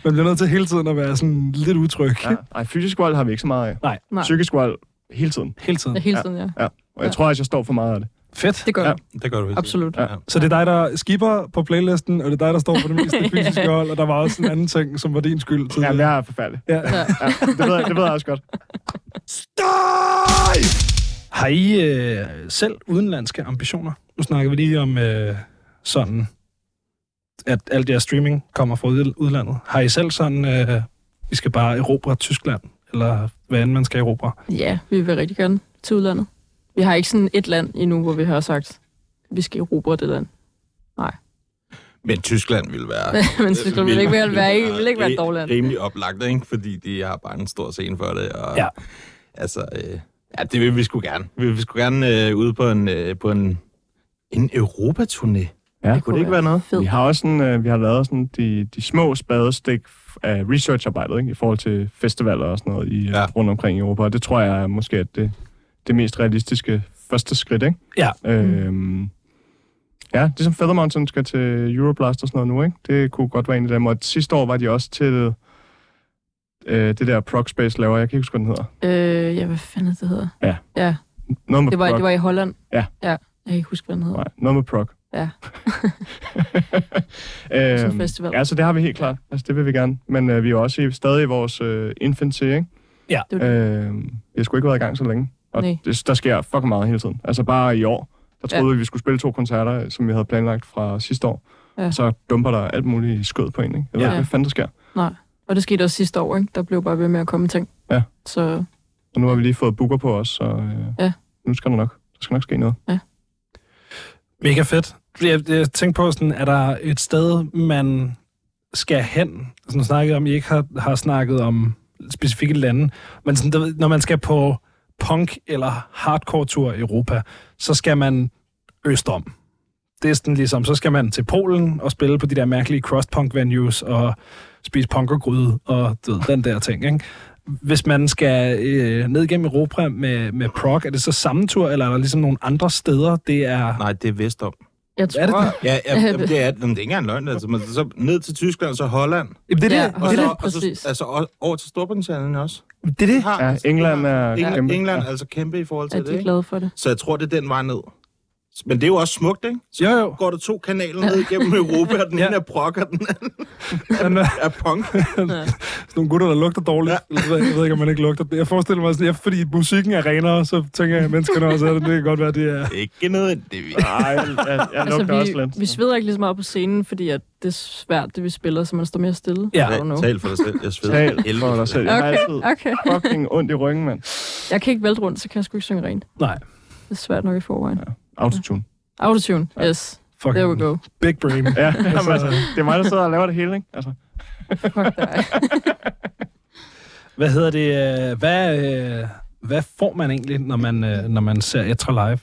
Man bliver nødt til hele tiden at være sådan lidt utryg. Ja. Ja. Ej, fysisk vold har vi ikke så meget af. Nej. Nej. Psykisk vold hele tiden. Hele tiden. Hele tiden, ja. Og jeg Ja. tror også, jeg står for meget af det. Fedt. Det gør Ja. ja. Det gør du helt absolut. Ja. Så det er dig, der skipper på playlisten, og det er dig, der står for det meste fysiske vold, og der var også en anden ting, som var din skyld. Ja, tidligere. jeg er forfærdelig. ja. Ja. Ja, det, ved jeg, det ved jeg også godt. Har I øh, selv udenlandske ambitioner? Nu snakker vi lige om øh, sådan, at alt jeres streaming kommer fra ud- udlandet. Har I selv sådan, øh, vi skal bare erobre Tyskland, eller hvad end man skal erobre? ja, vi vil rigtig gerne til udlandet. Vi har ikke sådan et land endnu, hvor vi har sagt, vi skal erobre det land. Men Tyskland ville være... Men Tyskland ville ikke være- være- ikke- ville ikke være et dårligt land. Rimelig oplagt, ikke? Fordi de har bare en stor scene for det. Og, Ja. Altså, øh, ja, det vil vi sgu gerne. Vi vil sgu gerne øh, ude på en, øh, på en, en Europaturné. Ja. Kunne det ikke være noget? Fed. Vi har også sådan, øh, vi har lavet sådan de, de små spadestik af researcharbejdet ikke? i forhold til festivaler og sådan noget i, Ja. ja. rundt omkring i Europa. Og det tror jeg er måske er det, det mest realistiske første skridt. Ikke? Ja. Øhm, ja, ligesom Feather Mountain skal til Euroblast og sådan noget nu. Ikke? Det kunne godt være en af dem. Og sidste år var de også til øh, det der Prog Space laver. Jeg kan ikke huske, hvad den hedder. Øh, ja, hvad fanden er det, det hedder? Ja. ja Noget med det, var, prog. det var i Holland. Ja. ja. Jeg kan ikke huske, hvad den hedder. Nej, noget med prog. Ja. Som øhm, festival. Ja, så det har vi helt klart. Altså, det vil vi gerne. Men øh, vi er jo også i, stadig i vores øh, infancy, ikke? Ja. Det er Øh, vi har sgu ikke været i gang så længe. Og Nej. det, der sker fucking meget hele tiden. Altså, bare i år, der troede vi, at vi skulle spille to koncerter, øh, som vi havde planlagt fra sidste år. Ja. Og så dumper der alt muligt skød på en, ikke? Jeg ved Ja. ikke, hvad fanden der sker. Og det skete også sidste år, ikke? Der blev bare ved med at komme ting. Ja. Så Og nu har vi lige fået booker på os, så øh, Ja. nu skal der nok. Der skal nok ske noget. Mega fedt. Jeg, jeg tænkte på, sådan, er der et sted, man skal hen? Sådan snakket om, I ikke har, har snakket om specifikke lande, men sådan, du ved, når man skal på punk eller hardcore-tur i Europa, så skal man østom. Det er sådan ligesom, så skal man til Polen og spille på de der mærkelige cross-punk-venues og spise punkergryde og du ved, den der ting, ikke? Hvis man skal øh, ned igennem Europa med, med prog, er det så samme tur, eller er der ligesom nogle andre steder, det er... Nej, det er Vestom. jeg tror... Er det det? Ja, ja jamen, det, er, jamen, det er ikke engang løgn. Altså, man, så ned til Tyskland, så Holland. Jamen, det, er Ja, det, Og det, er så, Holland. det, og præcis. så, altså, o- over til Storbritannien også. det, er det. Har, Ja, England er England, kæmpe. England er Ja. altså kæmpe i forhold til at det. de er Ikke? glade for det. Så jeg tror, det er den vej ned. Men det er jo også smukt, ikke? Så Jo, jo. går der to kanaler ned igennem Europa, og den Ja. ene er prog, og den anden Men, øh, er punk. sådan nogle gutter, der lugter dårligt. Jeg ved, jeg ved ikke, om man ikke lugter. Jeg forestiller mig, sådan, ja, fordi musikken er renere, så tænker jeg, at menneskerne også er det. Det kan godt være, det er... Ikke nødvendigvis. Nej, jeg, jeg, jeg altså, lugter også lidt. vi, vi sveder ikke lige så meget på scenen, fordi at det er svært, det vi spiller, så man står mere stille. Ja. I don't know. Tal for dig selv. Jeg sveder. Tal for Helvede. dig selv. Jeg har Okay, altid okay. fucking ondt i ryggen, mand. Jeg kan ikke vælte rundt, så kan jeg sgu ikke synge rent. Nej. Det er svært nok i forvejen. Ja. Autotune. Autotune, yes. Fuck. There we go. Big brain. Ja, jamen, altså, det er mig, der sidder og laver det hele, ikke? Altså, Fuck dig. Hvad hedder det? øh, Hvad, øh, hvad får man egentlig, når man, øh, når man ser Etra live?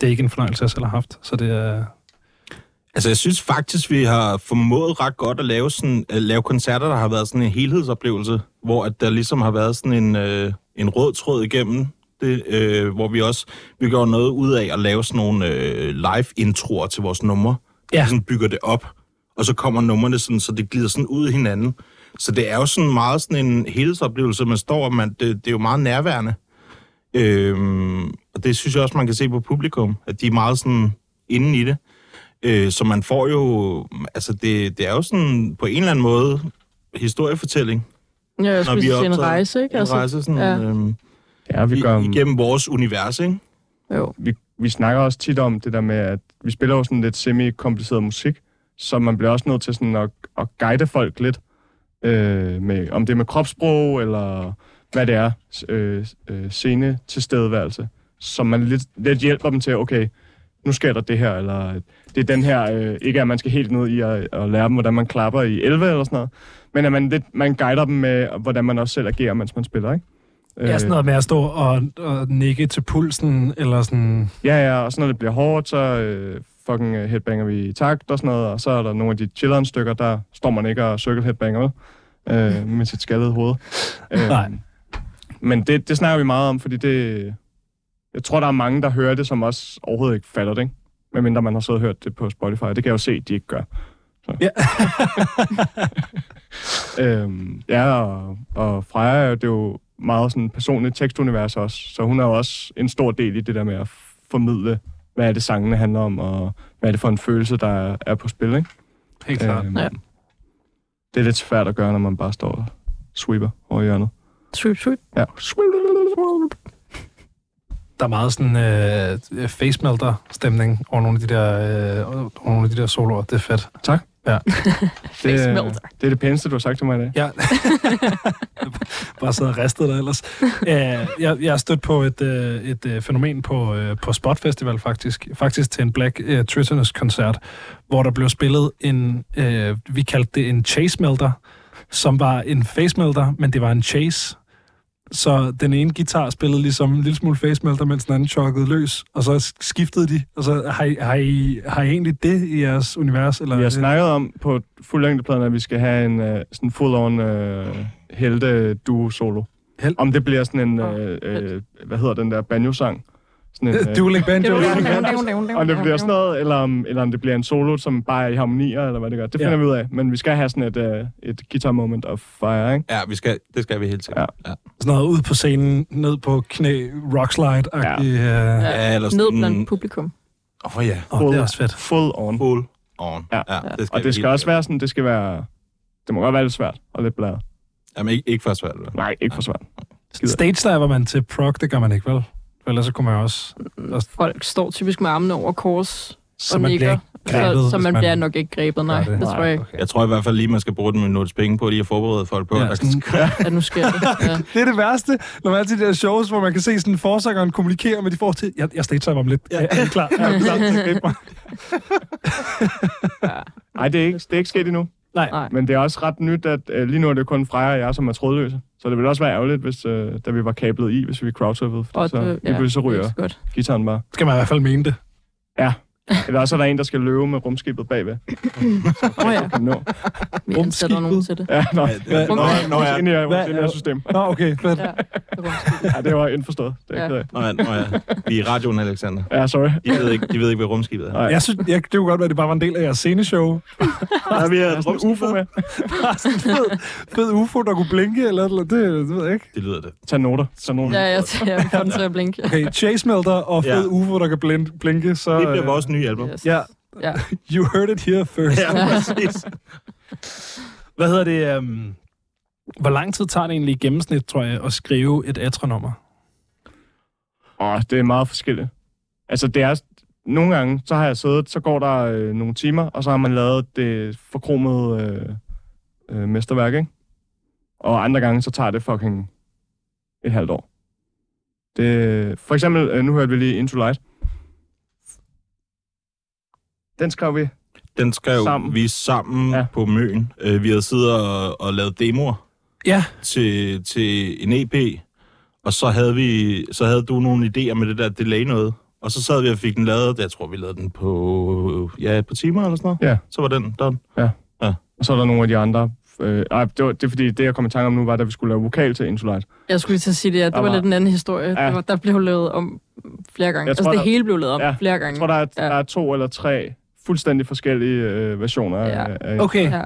Det er ikke en fornøjelse, jeg selv har haft, så det er... Altså, jeg synes faktisk, vi har formået ret godt at lave, sådan, at lave koncerter, der har været sådan en helhedsoplevelse, hvor at der ligesom har været sådan en, øh, en rød tråd igennem det, øh, hvor vi også vi gør noget ud af at lave sådan nogle øh, live-introer til vores numre. Ja. Vi sådan bygger det op, og så kommer numrene sådan, så det glider sådan ud i hinanden. Så det er jo sådan meget sådan en helhedsoplevelse, man står og man, det, det er jo meget nærværende. Øhm, og det synes jeg også, man kan se på publikum, at de er meget sådan inde i det. Øh, så man får jo... Altså, det, det er jo sådan på en eller anden måde historiefortælling. Ja, jeg skulle sige en optaget rejse, ikke? Altså, En rejse sådan, ja. ja. øhm, ja, vi gør... i, igennem vores univers, ikke? Jo. vi, vi snakker også tit om det der med, at vi spiller jo sådan lidt semi-kompliceret musik, så man bliver også nødt til sådan at, at guide folk lidt, øh, med, om det er med kropssprog, eller hvad det er, s- øh, øh, scene tilstedeværelse, så man lidt, lidt hjælper dem til, okay, nu sker der det her, eller det er den her, øh, ikke at man skal helt ned i at, at lære dem, hvordan man klapper i 11 eller sådan noget, men at man, lidt, man guider dem med, hvordan man også selv agerer, mens man spiller, ikke? Ja, sådan noget med at stå og, og nikke til pulsen, eller sådan... Ja, ja, og så når det bliver hårdt, så øh, fucking øh, headbanger vi i takt og sådan noget, og så er der nogle af de chilleren stykker, der står man ikke og circle headbanger med, øh, med sit skaldede hoved. Øh, Nej. Men det, det snakker vi meget om, fordi det... Jeg tror, der er mange, der hører det, som også overhovedet ikke fatter det, ikke? Medmindre man har siddet og hørt det på Spotify. Det kan jeg jo se, de ikke gør. Så. Ja. øhm, ja, og, og Freja er jo- det er jo meget sådan personligt tekstunivers også, så hun er jo også en stor del i det der med at formidle, hvad er det sangene handler om, og hvad er det for en følelse, der er, er på spil, ikke? Øhm, Helt klart. Ja. Det er lidt svært at gøre, når man bare står og sweeper over hjørnet. Sweep, sweep. Ja. der er meget sådan øh, face melter stemning over nogle af de der øh, over nogle af de der soloer. Det er fedt. Tak. Face øh, melter. det er det pæneste, du har sagt til mig i dag. Ja. Bare sad og ristede dig ellers. Æh, jeg, jeg er stødt på et, øh, et øh, fænomen på, øh, på Spot Festival faktisk. Faktisk til en Black øh, Tritonus koncert, hvor der blev spillet en, øh, vi kaldte det en chase melter, som var en face melter, men det var en chase. Så den ene guitar spillede ligesom en lille smule face melter, mens den anden chokkede løs, og så skiftede de. Og så har I, har I, har I egentlig det i jeres univers? Eller? Vi har snakket om på fuldlængdepladen, at vi skal have en øh, sådan full-on øh, helte-duo-solo. Hel- Om det bliver sådan en, Åh, øh, øh, hvad hedder den der banjo-sang? Sådan en, Øh, Dueling Banjo. om det bliver sådan noget, eller om, eller om det bliver en solo, som bare er i harmonier, eller hvad det gør. Det finder Ja. ja. vi ud af. Men vi skal have sådan et, øh, et guitar moment of fire, ikke? Ja, vi skal, det skal vi helt sikkert. Ja. Ja. Sådan noget ud på scenen, ned på knæ, rockslide ja. øh, Ja. ja eller Ned blandt sådan- publikum. Åh oh, ja, Åh, det er også fedt. Full on. full on. Ja. Og vi det skal helt også sikkert. være sådan, det skal være... Det må godt være lidt svært og lidt blæret. Jamen, ikke, ikke for svært. vel? Nej, ikke for svært. Skider. Stage diver man til prog, det gør man ikke, vel? For ellers så kunne man jo også... Folk står typisk med armene over kors Så og man bliver nikker, ikke grebet, så, så hvis man bliver nok ikke grebet. Nej, Gør det. det tror jeg ikke, Okay. Jeg tror i hvert fald lige, man skal bruge den minuts penge på lige at forberede folk på, Ja, ja, der sådan- kan skrive. at nu sker det. Ja. Det er det værste, når man er til de der shows, hvor man kan se sådan forsangeren kommunikere med de får til. Jeg, jeg stage diver om lidt. Ja. Er, er I klar? Er I klar? til at gribe mig? Nej, det er ikke, det er ikke sket endnu. Nej. Nej. Men det er også ret nyt, at øh, lige nu er det kun Freja og jeg, som er trådløse. Så det ville også være ærgerligt, hvis, øh, da vi var kablet i, hvis vi crowdsurfede. Fordi Og så, det- lige pludselig så det er ikke ryger så godt. gitaren bare. Skal man i hvert fald mene det. Eller også er der en, der skal løbe med rumskibet bagved. Åh oh, ja, Kan nå. vi ansætter nogen til det. Ja, nå. Ja, det- Hvad- Nå, Nå, nå, ja. ja. Ind i vores Hvad- indre system. Nå, okay, fedt. Ja, Ja, det var indforstået. Det er Ja. jeg ked af. Nå, ja, nå, ja. Vi er i radioen, Alexander. Ja, sorry. De ved ikke, de ved ikke hvad rumskibet er. Nej. Jeg synes, jeg, det kunne godt være, at det bare var en del af jeres sceneshow. Der vi er sådan en rumskibet. ufo med. Bare sådan en fed, fed ufo, der kunne blinke eller, eller det, det ved jeg ikke. Det lyder det. Tag noter. Tag noter. ja jeg tager jeg får den til at blinke. Okay, chase melter og fed Ja. ufo, der kan blin- blinke, så... Det bliver øh, vores nye album. Yes. Ja. Ja. You heard it here first. Ja, præcis. Hvad hedder det? Um, hvor lang tid tager det egentlig i gennemsnit, tror jeg, at skrive et atronummer? Åh, det er meget forskelligt. Altså, det er... Nogle gange, så har jeg siddet, så går der øh, nogle timer, og så har man lavet det forkromede øh, øh, mesterværk, ikke? Og andre gange, så tager det fucking et halvt år. Det, for eksempel, øh, nu hørte vi lige Into Light. Den skrev vi. Den skrev Sammen. sammen. vi sammen Ja. ja. på Møn. Øh, Vi havde siddet og, og lavet demoer Ja. til, til en EP, og så havde, vi, så havde du nogle idéer med det der delay noget. Og så sad vi og fik den lavet, jeg tror vi lavede den på ja, et par timer eller sådan noget. Ja. Så var den done. Og så er der nogle af de andre. Øh, ej, det, var, det er fordi, det jeg kom i tanke om nu, var, da vi skulle lave vokal til Into Light. Jeg skulle lige til at sige det, at Der det var var- lidt en anden historie. Ja. Det var, der blev lavet om flere gange. Jeg altså tror, det der- hele blev lavet om Ja. flere Jeg gange. tror, der er, Ja. ja. der er to eller tre fuldstændig forskellige øh, versioner. Ja. Af, af, Okay. Ja.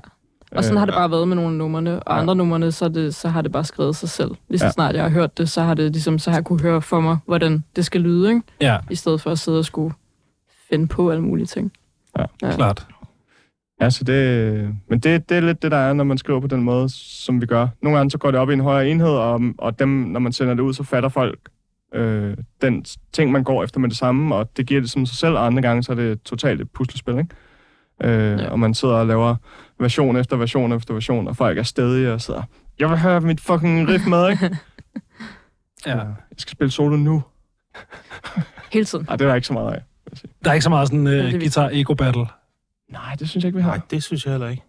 Og sådan har det bare været med nogle af numrene, og Øh, Ja. andre numrene, så, er det, så har det bare skrevet sig selv. Lige så Ja. snart jeg har hørt det, så har, det ligesom, så har jeg kunne høre for mig, hvordan det skal lyde, ikke? Ja, i stedet for at sidde og skulle finde på alle mulige ting. Ja. klart. Ja, så det, men det, det er lidt det, der er, når man skriver på den måde, som vi gør. Nogle gange så går det op i en højere enhed, og, og dem, når man sender det ud, så fatter folk øh, den s- ting, man går efter med det samme, og det giver det som sig selv, og andre gange så er det totalt et puslespil, ikke? Øh, Ja. ja. Og man sidder og laver version efter version efter version, og folk er stedige og sidder, jeg vil høre mit fucking riff med, ikke? Ja. Jeg skal spille solo nu. Hele tiden. Nej, det er der ikke så meget af. Der er ikke så meget sådan Ja, det er uh, guitar-ego-battle Nej, det synes jeg ikke, vi har. Nej, det synes jeg heller ikke.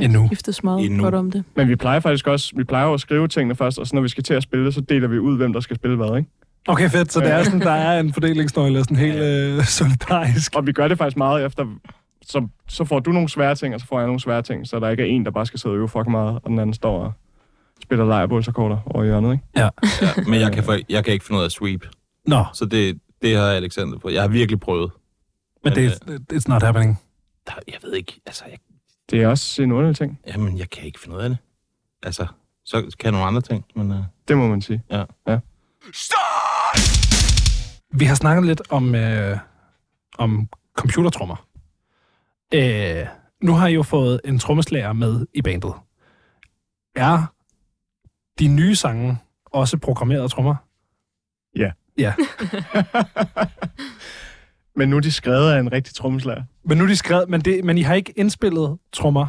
endnu. Skiftes meget Endnu. godt om det. Men vi plejer faktisk også, vi plejer jo at skrive tingene først, og så når vi skal til at spille det, så deler vi ud, hvem der skal spille hvad, ikke? Okay, fedt. Så det er sådan, der er en fordelingsnøgle, sådan helt øh, solidarisk. Og vi gør det faktisk meget efter, så, så får du nogle svære ting, og så får jeg nogle svære ting, så der ikke er en, der bare skal sidde og øve fucking meget, og den anden står og spiller lejrebålsakkorder over i hjørnet, ikke? Ja, men jeg kan, for, jeg kan ikke finde ud af at sweep. Nå, Så det, det har Alexander på. Jeg har virkelig prøvet. men øh, det, det- it's not happening. Der, jeg ved ikke, altså, jeg, Det er også en underlig ting, jamen, jeg kan ikke finde ud af det. Altså, så kan jeg nogle andre ting, men... Uh... det må man sige. Vi har snakket lidt om, øh, om computertrommer. Øh, nu har I jo fået en trommeslager med i bandet. Er de nye sange også programmerede trommer? Ja. Ja. Men nu er de skrevet af en rigtig trommeslager. Men nu er de skrevet, men, det, men I har ikke indspillet trommer.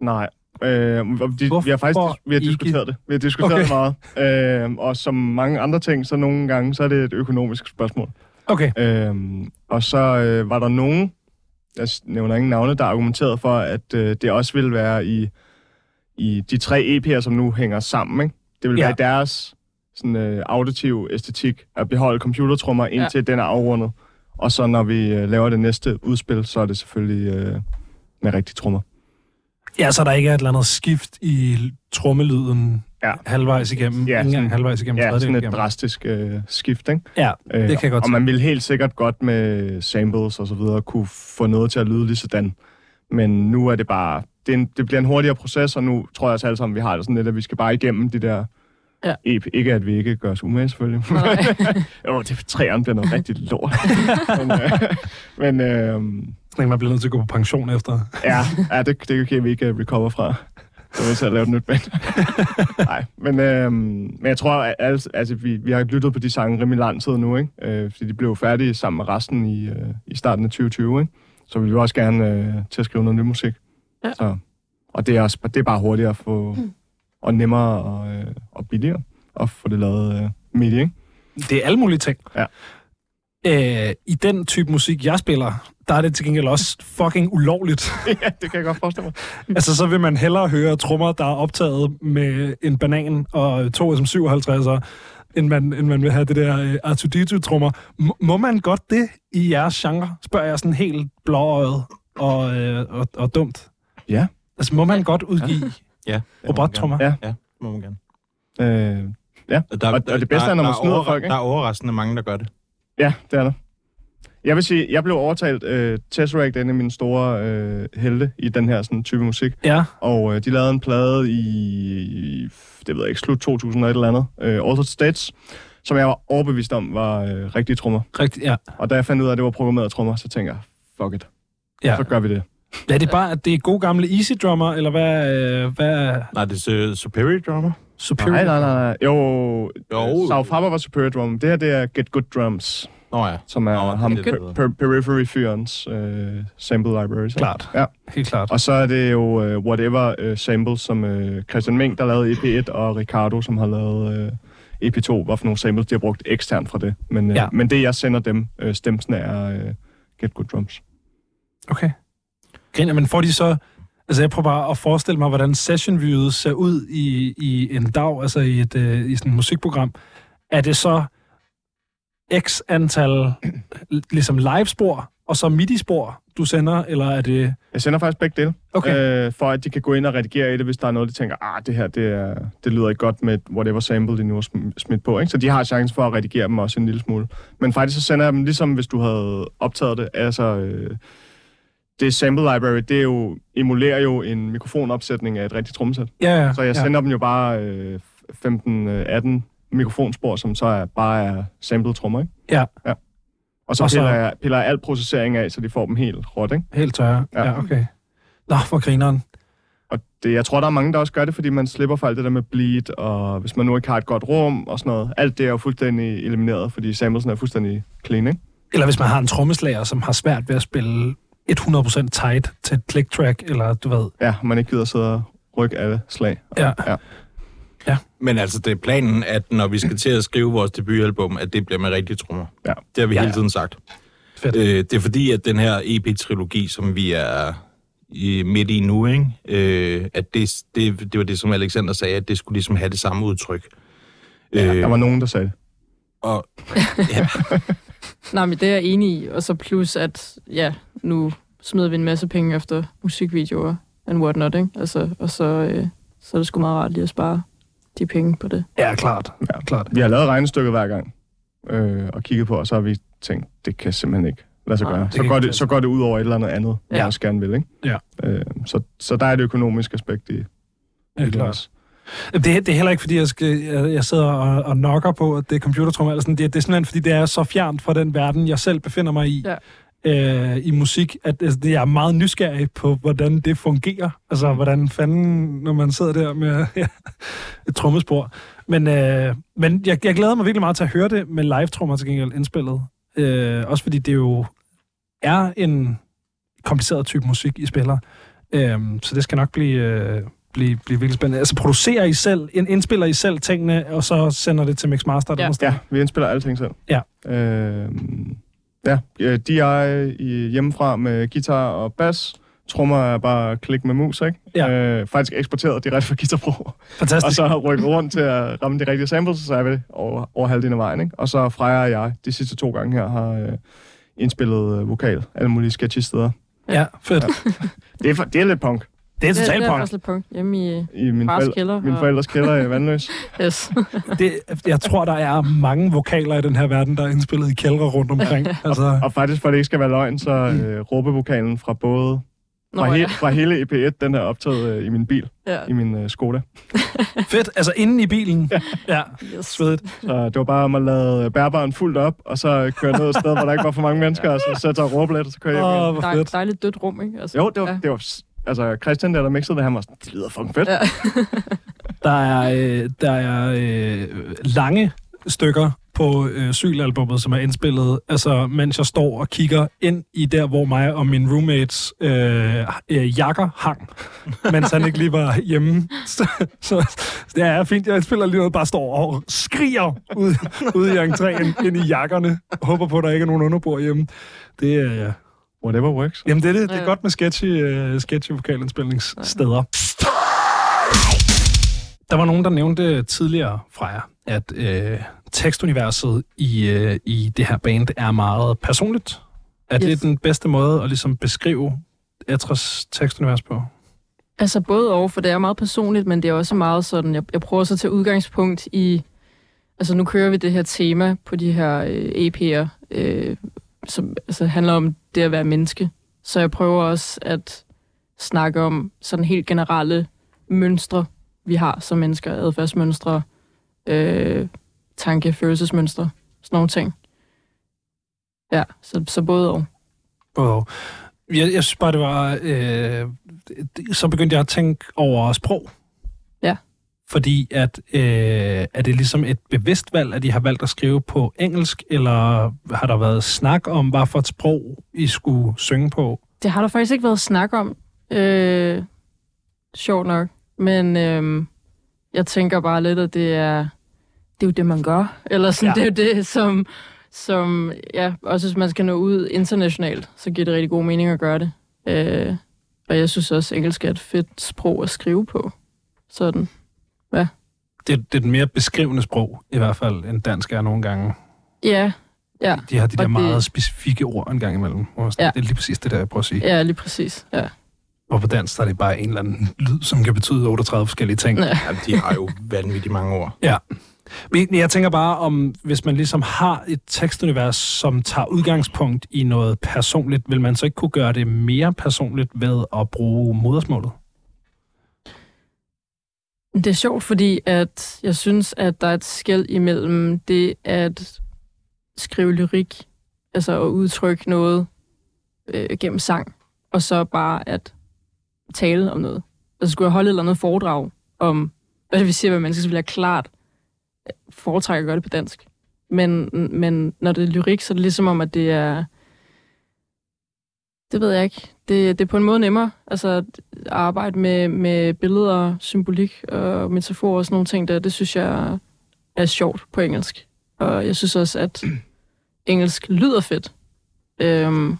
Nej. Øh, og de, vi har faktisk Hvorfor vi har ikke? diskuteret det. Vi har diskuteret Okay. okay. det meget. Øh, og som mange andre ting, så nogle gange, så er det et økonomisk spørgsmål. Okay. Øh, og så øh, var der nogen, jeg s- nævner ingen navne, der argumenterede for, at øh, det også ville være i, i de tre EP'er, som nu hænger sammen. Ikke? Det ville Ja. ja. være deres sådan, øh, auditiv æstetik at beholde computertrummer indtil ja. den er afrundet. Og så når vi øh, laver det næste udspil, så er det selvfølgelig øh, med rigtige trommer. Ja, så der ikke er et eller andet skift i trommelyden Ja. halvvejs igennem. Ja, Ja, sådan, sådan- halvvejs igennem. Ja, tredjedel sådan et igennem. drastisk øh, skift, ikke? Ja, Øh, det kan jeg godt Og se. man ville helt sikkert godt med samples og så videre kunne få noget til at lyde lige sådan. Men nu er det bare... Det, er en, det bliver en hurtigere proces, og nu tror jeg også alle sammen, vi har det sådan lidt, at vi skal bare igennem de der... Ja. EP. Ikke at vi ikke gør os umage, selvfølgelig. Nej. jo, det er træerne bliver noget rigtig lort. men øh, men øh, Sådan en, man bliver nødt til at gå på pension efter. ja, ja det, det kan vi ikke øh, recover fra. Så er vi til at lave et nyt band. Nej, men, øh, men jeg tror, at alle, altså, vi, vi har lyttet på de sange rimelig lang tid nu, ikke? Øh, fordi de blev jo færdige sammen med resten i, øh, i starten af 2020. Ikke? Så vi vil også gerne øh, til at skrive noget ny musik. Ja. Så, og det er, også, det er bare hurtigere at få, og nemmere og, øh, og billigere at få det lavet øh, midt i, ikke? Det er alle mulige ting. Ja. Øh, I den type musik, jeg spiller, der er det til gengæld også fucking ulovligt. ja, det kan jeg godt forestille mig. altså, så vil man hellere høre trommer, der er optaget med en banan og to SM57'er, end man, end man vil have det der øh, R2-D2-trummer. M- må man godt det i jeres genre? Spørger jeg sådan helt blåøjet og, øh, og, og dumt. Ja. Altså, må man godt udgive Ja. det må man robottrummer? Ja. gerne. Ja, det må man gerne. Øh, Der, Og- og det bedste er, når man der snyder overra- folk, ikke? Der er overraskende mange, der gør det. Ja, det er der. Jeg vil sige, jeg blev overtalt. Øh, Tesseract er en af mine store øh, helte i den her sådan, type musik. Ja. Og øh, de lavede en plade i, det ved jeg ikke, slut 2000 og et eller andet, øh, Altered States, som jeg var overbevist om var øh, rigtige trommer. Rigtig, ja. Og da jeg fandt ud af, at det var programmerede trommer, så tænker jeg, fuck it, ja. så gør vi det. Er det bare, at det er gode gamle easy drummer, eller hvad, øh, hvad er Nej, det er øh, Superior Drummer. superior? Nej, nej, nej, nej. Jo, Jo. jo. South Harbor var Superior Drum. Det her, det er Get Good Drums, Nå ja. som er Nå, Nå, ham, det er det, per, per, Periphery-fyrens øh, sample library. så. Klart. Ja. Helt klart. Og så er det jo uh, Whatever uh, Samples, som uh, Christian Mink, der lavede EP1, og Ricardo, som har lavet uh, EP2, hvad for nogle samples, de har brugt eksternt fra det. Men, uh, Ja. ja. men det, jeg sender dem, uh, stemsen er uh, Get Good Drums. Okay. Griner, men får de så... Altså, jeg prøver bare at forestille mig, hvordan sessionviewet ser ud i, i en dag, altså i, et, øh, i sådan et musikprogram. Er det så x antal ligesom livespor, og så midi-spor, du sender, eller er det... Jeg sender faktisk begge dele, Okay, øh, uh, for at de kan gå ind og redigere i det, hvis der er noget, de tænker, ah, det her, det, er, det lyder ikke godt med et Whatever Sample, de nu har sm- smidt på. Ikke? Så de har chancen for at redigere dem også en lille smule. Men faktisk, så sender jeg dem, ligesom hvis du havde optaget det, altså... Uh, det sample library, det er jo, emulerer jo en mikrofonopsætning af et rigtigt trommesæt. ja, ja. Så jeg ja. sender dem jo bare øh, 15-18 mikrofonspor, som så er, bare er samplede trommer, ikke? Ja. ja. Og så, Og og så- så... Piller, jeg, piller jeg al processering af, så de får dem helt råt, ikke? Helt tørre. Ja. Ja. ja, okay. Nå, for grineren. Og det, jeg tror, der er mange, der også gør det, fordi man slipper for alt det der med bleed, og hvis man nu ikke har et godt rum og sådan noget. Alt det er jo fuldstændig elimineret, fordi samplesen er fuldstændig clean, ikke? Eller hvis man har en trommeslager, som har svært ved at spille 100% tight til et click track, eller du ved... Ja, man ikke gider sidde og rykke alle slag. Ja. Men altså, det er planen, at når vi skal til at skrive vores debutalbum, at det bliver med rigtige trommer. Ja. Det har vi Ja, ja. ja, hele tiden sagt. Fedt. Øh, det er fordi, at den her EP-trilogi, som vi er i, midt i nu, ikke? Øh, at det, det, det var det, som Alexander sagde, at det skulle ligesom have det samme udtryk. Øh. Ja, der var nogen, der sagde det. og, Nej, men det er jeg enig i. Og så plus, at ja, nu smider vi en masse penge efter musikvideoer and whatnot, ikke? Altså, og så, øh, så er det sgu meget rart lige at spare de penge på det. Ja, klart. Ja. klart. Vi har lavet regnestykket hver gang øh, og kigget på, og så har vi tænkt, det kan simpelthen ikke lade sig Nej, gøre. det Så kan går, ikke det, så går det ud over et eller andet andet, man Ja. også gerne vil, ikke? Ja. Øh, så, så der er et økonomisk aspekt i, i Ja, det klart. også. Det, det er heller ikke, fordi jeg, skal, jeg, jeg sidder og, og nokker på, at det er computertrummer. Eller sådan. Det, det er simpelthen, fordi det er så fjernt fra den verden, jeg selv befinder mig i. Ja. Øh, i musik, at altså, det- jeg er meget nysgerrig på, hvordan det fungerer. Altså, hvordan fanden, når man sidder der med ja, et trommespor. Men, øh, men jeg, jeg glæder mig virkelig meget til at høre det med live-trommer til gengæld indspillet. Øh, også fordi det er jo er en kompliceret type musik, I spiller. Øhm, så det skal nok blive, øh, blive, blive virkelig spændende. Altså producerer I selv, ind- indspiller I selv tingene, og så sender det til Mixmaster? Ja. Ja. Ja, vi indspiller alting selv. Ja. Øh, ja, øh, DI i- hjemmefra med guitar og bas. Trommer er bare klik med mus, ikke? Ja. Altså, Øh, faktisk eksporteret direkte fra Guitar Pro. og Fantastisk. så rykket rundt til at ramme de rigtige samples, og så er vi det over, over halvdelen af vejen. Ikke? Og så Freja og jeg, de sidste to gange her, har øh, indspillet øh, vokal alle mulige sketchesteder. Ja, fedt. Det er, for, det er lidt punk Det er det, totalt det er punk. faktisk lidt punk. Hjemme i i min Fars forældre. kælder. Min og- forældres kælder i Vandløs. Yes. Det, jeg tror, der er mange vokaler i den her verden, der er indspillet i kældre rundt omkring. Altså, Og faktisk, for at det ikke skal være løgn, så Mm. øh, råbevokalen fra både Nå, fra, ja. he, fra hele EP1, den er optaget øh, i min bil, ja. i min øh, Skoda. fedt. Altså, inden i bilen. Ja, Yes. svedigt. Så det var bare om at lade øh, bærbaren fuldt op, og så køre ned et sted, hvor der ikke var for mange mennesker, og så sætte sig og råbe lidt, og så køre hjem igen. Åh, hvor Dej, fedt. dejligt dødt rum, ikke? Altså, Jo, det var, Ja. ja. det var altså Christian, der, der mixede det, han var sådan, det lyder fucking fedt. Ja. Ja. Der er, øh, der er øh, lange stykker på øh, sylalbummet, som er indspillet, altså mens jeg står og kigger ind i der, hvor mig og min roommates øh, øh, jakker hang, mens han ikke lige var hjemme. Så, så, så det er fint, jeg spiller lige noget, bare står og skriger ude, ude i entréen, ind i jakkerne. Håber på, at der ikke er nogen underbord hjemme. Det er... Øh, Whatever works. Jamen, det er det. Det er Ja. godt med sketchy, øh, sketchy vokalindspilningssteder. Der var nogen, der nævnte tidligere fra jer, at øh, tekstuniverset i, øh, i det her band er meget personligt. Er yes. Yes. det den bedste måde at ligesom beskrive Etras tekstunivers på? Altså både og, for det er meget personligt, men det er også meget sådan, jeg, jeg prøver så at tage udgangspunkt i, altså nu kører vi det her tema på de her øh, EP'er, øh, som altså, handler om det at være menneske. Så jeg prøver også at snakke om sådan helt generelle mønstre, vi har som mennesker, adfærdsmønstre, øh, tanke- følelsesmønstre, sådan nogle ting. Ja, så, så både og. Og jeg, jeg synes bare, det var... Øh, det, så begyndte jeg at tænke over sprog. Ja. Fordi at, øh, er det ligesom et bevidst valg, at I har valgt at skrive på engelsk, eller har der været snak om, hvad for et sprog I skulle synge på? Det har der faktisk ikke været snak om. Øh, sjovt nok. Men øh, jeg tænker bare lidt, at det er, det er jo det, man gør. Eller sådan, Ja. ja. det er jo det, som, som... Ja, også hvis man skal nå ud internationalt, så giver det rigtig god mening at gøre det. Øh, og jeg synes også, engelsk er et fedt sprog at skrive på. Sådan. Det, det er et mere beskrivende sprog, i hvert fald, end dansk er nogle gange. Ja, De har de der Og det- meget specifikke ord en gang imellem. hvor man sådan, Ja. Det er lige præcis det, der jeg prøver at sige. ja, lige præcis. Ja. Og på dansk der er det bare en eller anden lyd, som kan betyde 38 forskellige ting. Ja. Jamen, de har jo vanvittigt mange ord. Men Jeg tænker bare om, hvis man ligesom har et tekstunivers, som tager udgangspunkt i noget personligt, vil man så ikke kunne gøre det mere personligt ved at bruge modersmålet? Det er sjovt, fordi at jeg synes, at der er et skæld imellem det at skrive lyrik, altså at udtrykke noget øh, gennem sang, og så bare at tale om noget. Altså skulle jeg holde et eller andet foredrag om, hvad det vil sige at være menneske, så ville jeg klart øh, foretrække at gøre det på dansk. Men, men når det er lyrik, så er det ligesom om, at det er... Det ved jeg ikke. Det, det er på en måde nemmere. Altså, arbejde med, med billeder, symbolik og metaforer og sådan nogle ting der, det synes jeg er sjovt på engelsk. Og jeg synes også, at engelsk lyder fedt. Øhm,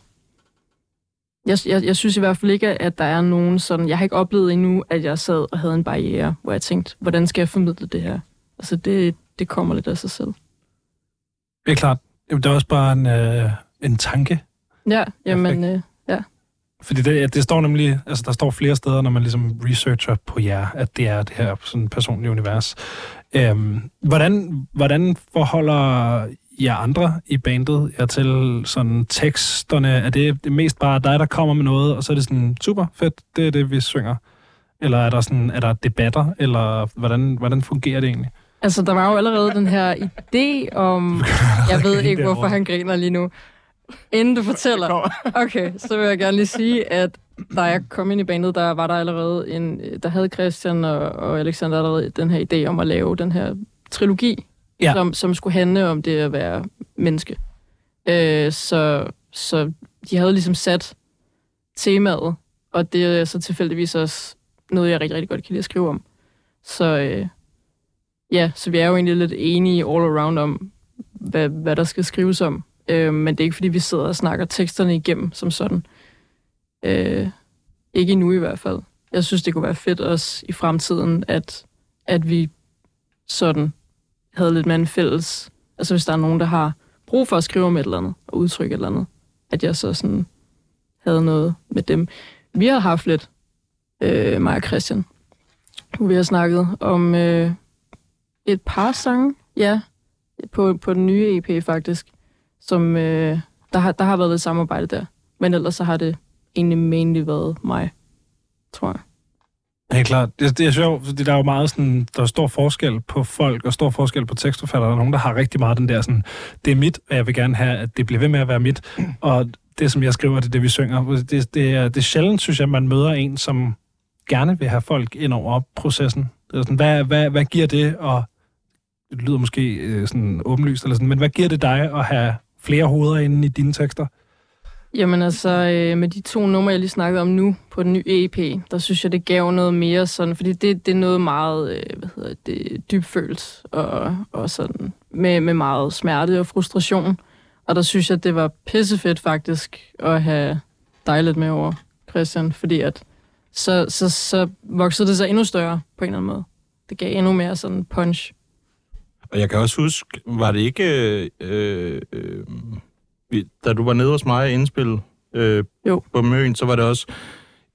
jeg, jeg, jeg synes i hvert fald ikke, at der er nogen sådan... Jeg har ikke oplevet endnu, at jeg sad og havde en barriere, hvor jeg tænkte, hvordan skal jeg formidle det her? Altså, det, det kommer lidt af sig selv. Det er klart. Jamen, det er også bare en, øh, en tanke. Ja, jamen... Øh, Fordi det, det står nemlig, altså der står flere steder, når man ligesom researcher på jer, at det er det her sådan personlige univers. Øhm, hvordan, hvordan forholder jer andre i bandet jer til sådan teksterne? Er det, det mest bare dig, der kommer med noget, og så er det sådan, super fedt, det er det, vi synger? Eller er der, sådan, er der debatter, eller hvordan, hvordan fungerer det egentlig? Altså, der var jo allerede den her idé om... Jeg ved grine ikke, hvorfor derovre. han griner lige nu. Inden du fortæller... Okay, så vil jeg gerne lige sige, at da jeg kom ind i bandet, der var der allerede en... Der havde Christian og, og Alexander allerede den her idé om at lave den her trilogi, Ja. som, som skulle handle om det at være menneske. Øh, så så de havde ligesom sat temaet, og det er så tilfældigvis også noget, jeg rigtig, rigtig godt kan lide at skrive om. Så øh, ja, så vi er jo egentlig lidt enige all around om, hvad, hvad der skal skrives om. Øh, men det er ikke, fordi vi sidder og snakker teksterne igennem som sådan. Øh, ikke endnu i hvert fald. Jeg synes, det kunne være fedt også i fremtiden, at, at vi sådan havde lidt mere en fælles... Altså hvis der er nogen, der har brug for at skrive om et eller andet, og udtrykke et eller andet, at jeg så sådan havde noget med dem. Vi har haft lidt, øh, mig og Christian, hvor vi har snakket om øh, et par sange, ja, på, på den nye EP faktisk, som øh, der, har, der har været lidt samarbejde der. Men ellers så har det egentlig mainly været mig, tror jeg. Ja, klart. Det, det er sjovt, fordi der er jo meget sådan, der er stor forskel på folk, og stor forskel på tekstforfattere. Der er nogen, der har rigtig meget den der sådan, det er mit, og jeg vil gerne have, at det bliver ved med at være mit. Og det, som jeg skriver, det er det, vi synger. Det, det, er, det er sjældent, synes jeg, man møder en, som gerne vil have folk ind over processen. Det er sådan, hvad, hvad, hvad giver det, og det lyder måske øh, sådan åbenlyst, eller sådan, men hvad giver det dig at have flere hoveder inde i dine tekster? Jamen altså, øh, med de to numre, jeg lige snakkede om nu på den nye EP, der synes jeg, det gav noget mere sådan, fordi det, det er noget meget, øh, hvad hedder det, dybfølt og, og sådan, med, med meget smerte og frustration. Og der synes jeg, det var pissefedt faktisk at have dig lidt med over, Christian, fordi at så, så, så voksede det sig endnu større på en eller anden måde. Det gav endnu mere sådan punch. Og jeg kan også huske, var det ikke, øh, øh, vi- da du var nede hos mig og indspille øh, Jo. på Møn, så var det også,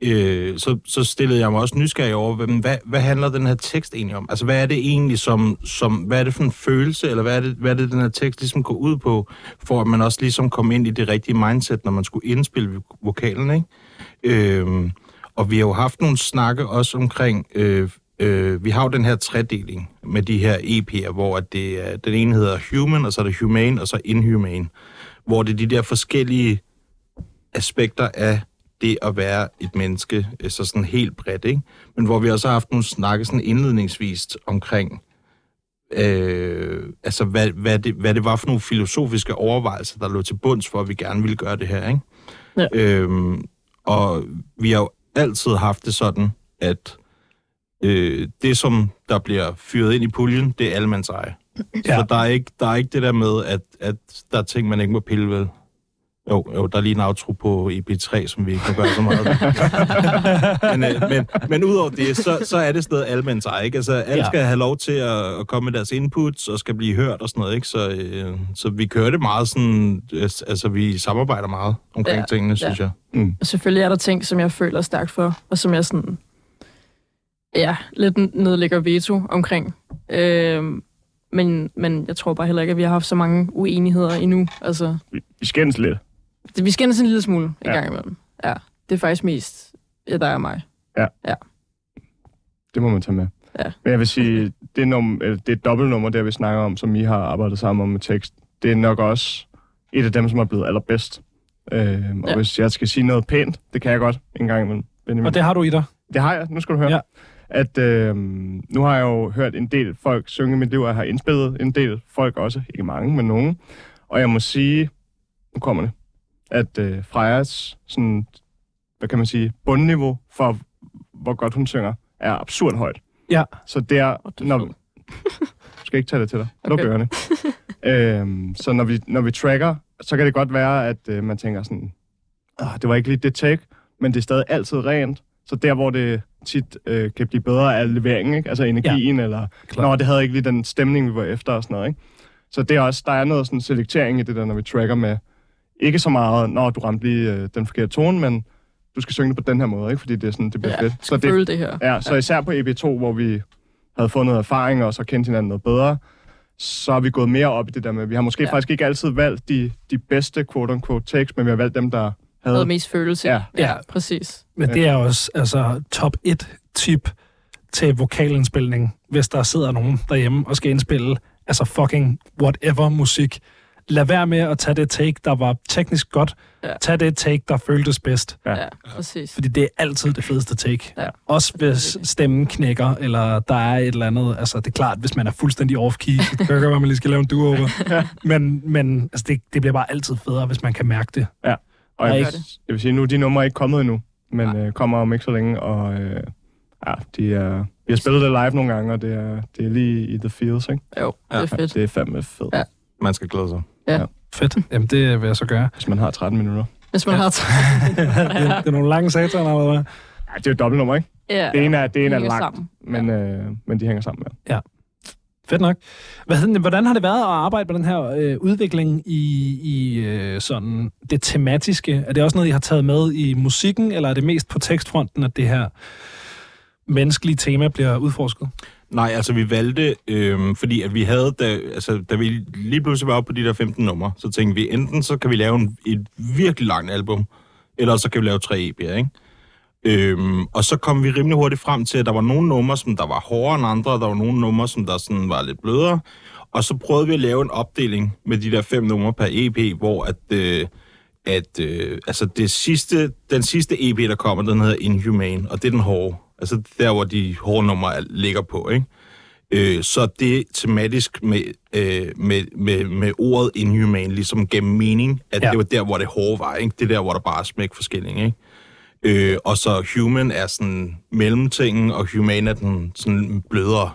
øh, så, så stillede jeg mig også nysgerrig over, hvem- hvad, hvad handler den her tekst egentlig om? Altså, hvad er det egentlig som, som hvad er det for en følelse, eller hvad er, det, hvad er det, den her tekst ligesom går ud på, for at man også ligesom kom ind i det rigtige mindset, når man skulle indspille vokalen, ikke? Øh, og vi har jo haft nogle snakke også omkring, øh, øh, vi har jo den her tredeling med de her EP'er, hvor at det er, den ene hedder Human, og så er det Humane, og så Inhumane, hvor det er de der forskellige aspekter af det at være et menneske, øh, så sådan helt bredt, ikke? Men hvor vi også har haft nogle snakke sådan indledningsvis omkring, øh, altså hvad, hvad, det, hvad det var for nogle filosofiske overvejelser, der lå til bunds for, at vi gerne ville gøre det her, ikke? Ja. Øhm, og vi har jo altid haft det sådan, at øh, det, som der bliver fyret ind i puljen, det er allemands eje. Ja. Ja. Så der er, ikke, der er ikke det der med, at, at der er ting, man ikke må pille ved. Jo, jo, der er lige en outro på EP3, som vi ikke kan gøre så meget. ved. men, øh, men, men udover det, så, så er det sådan noget almindeligt eje, ikke? Altså, alle Ja. ja. skal have lov til at, at komme med deres inputs og skal blive hørt og sådan noget, ikke? Så, øh, så vi kører det meget sådan... øh, Altså, vi samarbejder meget omkring Ja, ja. tingene, synes jeg. Og selvfølgelig er der ting, som jeg føler stærkt for, og som jeg sådan, ja, lidt nedlægger veto omkring. Øhm, men, men jeg tror bare heller ikke, at vi har haft så mange uenigheder endnu. Altså, Vi, vi skændes lidt. det, vi skændes en lille smule ja. Ja. en gang imellem. Ja, det er faktisk mest ja, dig og mig. Det må man tage med. Ja. Men jeg vil sige, det, num- eller det dobbeltnummer, der vi snakker om, som I har arbejdet sammen om med tekst, det er nok også et af dem, som er blevet allerbedst. Øh, og Ja. ja. hvis jeg skal sige noget pænt, det kan jeg godt en gang imellem, Benjamin. Og det har du i dig. Det har jeg, nu skal du høre. Ja. At øh, nu har jeg jo hørt en del folk synge i mit liv, og jeg har indspillet en del folk også. Ikke mange, men nogen. Og jeg må sige, nu kommer det, at øh, Frejas, sådan, hvad kan man sige, bundniveau for, hvor godt hun synger, er absurd højt. Ja. Så det er, det er når, sjovt. du skal ikke tage det til dig. Luk Okay. okay. ørerne. øhm, så når vi, når vi tracker, så kan det godt være, at øh, man tænker sådan, "Åh, det var ikke lige det take, men det er stadig altid rent. Så der, hvor det tit øh, kan blive bedre, er leveringen, ikke? altså energien, ja. eller Klart. Nå, det havde ikke lige den stemning, vi var efter og sådan noget. Ikke? Så det er også, der er noget sådan selektering i det der, når vi tracker med, ikke så meget, når du ramte lige øh, den forkerte tone, men du skal synge det på den her måde, ikke? fordi det, er sådan, det bliver Ja, fedt. så Så det... det, føle det her. Ja, så især på EP2, hvor vi havde fået noget erfaring og så kendte hinanden noget bedre, så er vi gået mere op i det der med, vi har måske Ja. ja. faktisk ikke altid valgt de, de bedste quote-unquote takes, men vi har valgt dem, der havde... Havde mest følelse. Ja. ja Ja. præcis. Men det er også altså, top 1 tip til vokalindspilning, hvis der sidder nogen derhjemme og skal indspille altså fucking whatever musik. lad være med at tage det take, der var teknisk godt. Ja. Tag det take, der føltes bedst. Ja. Ja, ja præcis. Fordi det er altid det fedeste take. Ja. Også hvis stemmen knækker, eller der er et eller andet. Altså, det er klart, hvis man er fuldstændig off-key, så kan jeg godt være, at man lige skal lave en duo Men, men altså, det, det bliver bare altid federe, hvis man kan mærke det. Og Nej, jeg, gør vil- jeg vil sige, nu er de numre ikke kommet endnu, men øh, kommer om ikke så længe, og øh, ja, de er, vi har spillet det live nogle gange, og det er, det er lige i the feels, ikke? Jo, det er Ja. fedt. Det er fandme fedt, Ja. Man skal glæde sig. Fedt. Jamen, det vil jeg så gøre. hvis man har 13 minutter. Hvis man Ja. har det, er- det er nogle lange sataner, eller hvad? Ja, det er jo et dobbeltnummer, ikke? Ja, Det ene er, det ene er hænger langt, sammen. men, øh, men de hænger sammen med. Fedt nok. Hvad, hedder det- hvordan har det været at arbejde med den her øh, udvikling i, i øh, sådan det tematiske? Er det også noget, I har taget med i musikken, eller er det mest på tekstfronten, at det her menneskelige tema bliver udforsket? Nej, altså vi valgte, øhm, fordi at vi havde, da, altså, da vi lige pludselig var oppe på de der 15 numre, så tænkte vi, enten så kan vi lave en, et virkelig langt album, eller så kan vi lave tre EP'er, ikke? Øhm, og så kom vi rimelig hurtigt frem til, at der var nogle numre, som der var hårdere end andre, og der var nogle numre, som der sådan var lidt blødere. Og så prøvede vi at lave en opdeling med de der fem numre per EP, hvor at, øh, at øh, altså det sidste, den sidste EP, der kommer, den hedder Inhumane, og det er den hårde. Altså der, hvor de hårde numre er- ligger på, ikke? Øh, så det tematisk med, øh, med, med, med ordet inhuman ligesom gav mening, at Ja. ja. det var der, hvor det hårde var, ikke? Det er der, hvor der bare er smæk forskelling, ikke? Øh, og så human er sådan mellemtingen, og human er den sådan blødere.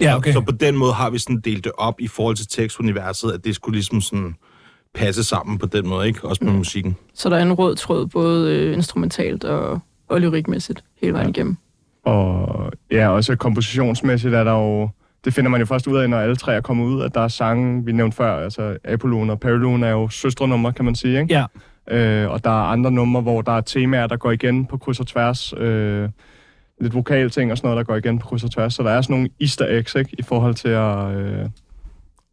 Ja, okay. Så på den måde har vi sådan delt det op i forhold til tekstuniverset, at det skulle ligesom sådan passe sammen på den måde, ikke? Også med musikken. Så der er en rød tråd, både øh, instrumentalt og, og lyrikmæssigt, hele vejen igennem. Og ja, også kompositionsmæssigt er der jo... Det finder man jo først ud af, når alle tre er kommet ud, at der er sange, vi nævnte før, altså Apollon og Paralon er jo søstrenumre, kan man sige, ikke? Ja, Øh, og der er andre numre, hvor der er temaer, der går igen på kryds og tværs. Øh, lidt vokalting og sådan noget, der går igen på kryds og tværs. Så der er sådan nogle easter eggs, ikke? I forhold til at, øh,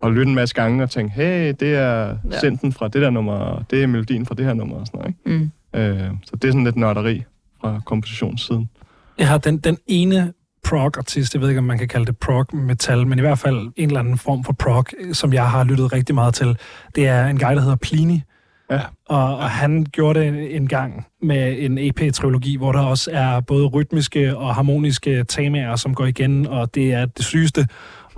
at lytte en masse gange og tænke, hey, det er Ja. ja. senten fra det der nummer, og det er melodien fra det her nummer og sådan noget, Mm. ikke? Øh, så det er sådan lidt nørderi fra kompositionssiden. jeg har den, den ene prog-artist, jeg ved ikke, om man kan kalde det prog-metal, men i hvert fald en eller anden form for prog, øh, som jeg har lyttet rigtig meget til, det er en guy, der hedder Pliny. Ja. Og, og han gjorde det en, en gang med en EP-trilogi, hvor der også er både rytmiske og harmoniske temaer, som går igen, og det er det sygeste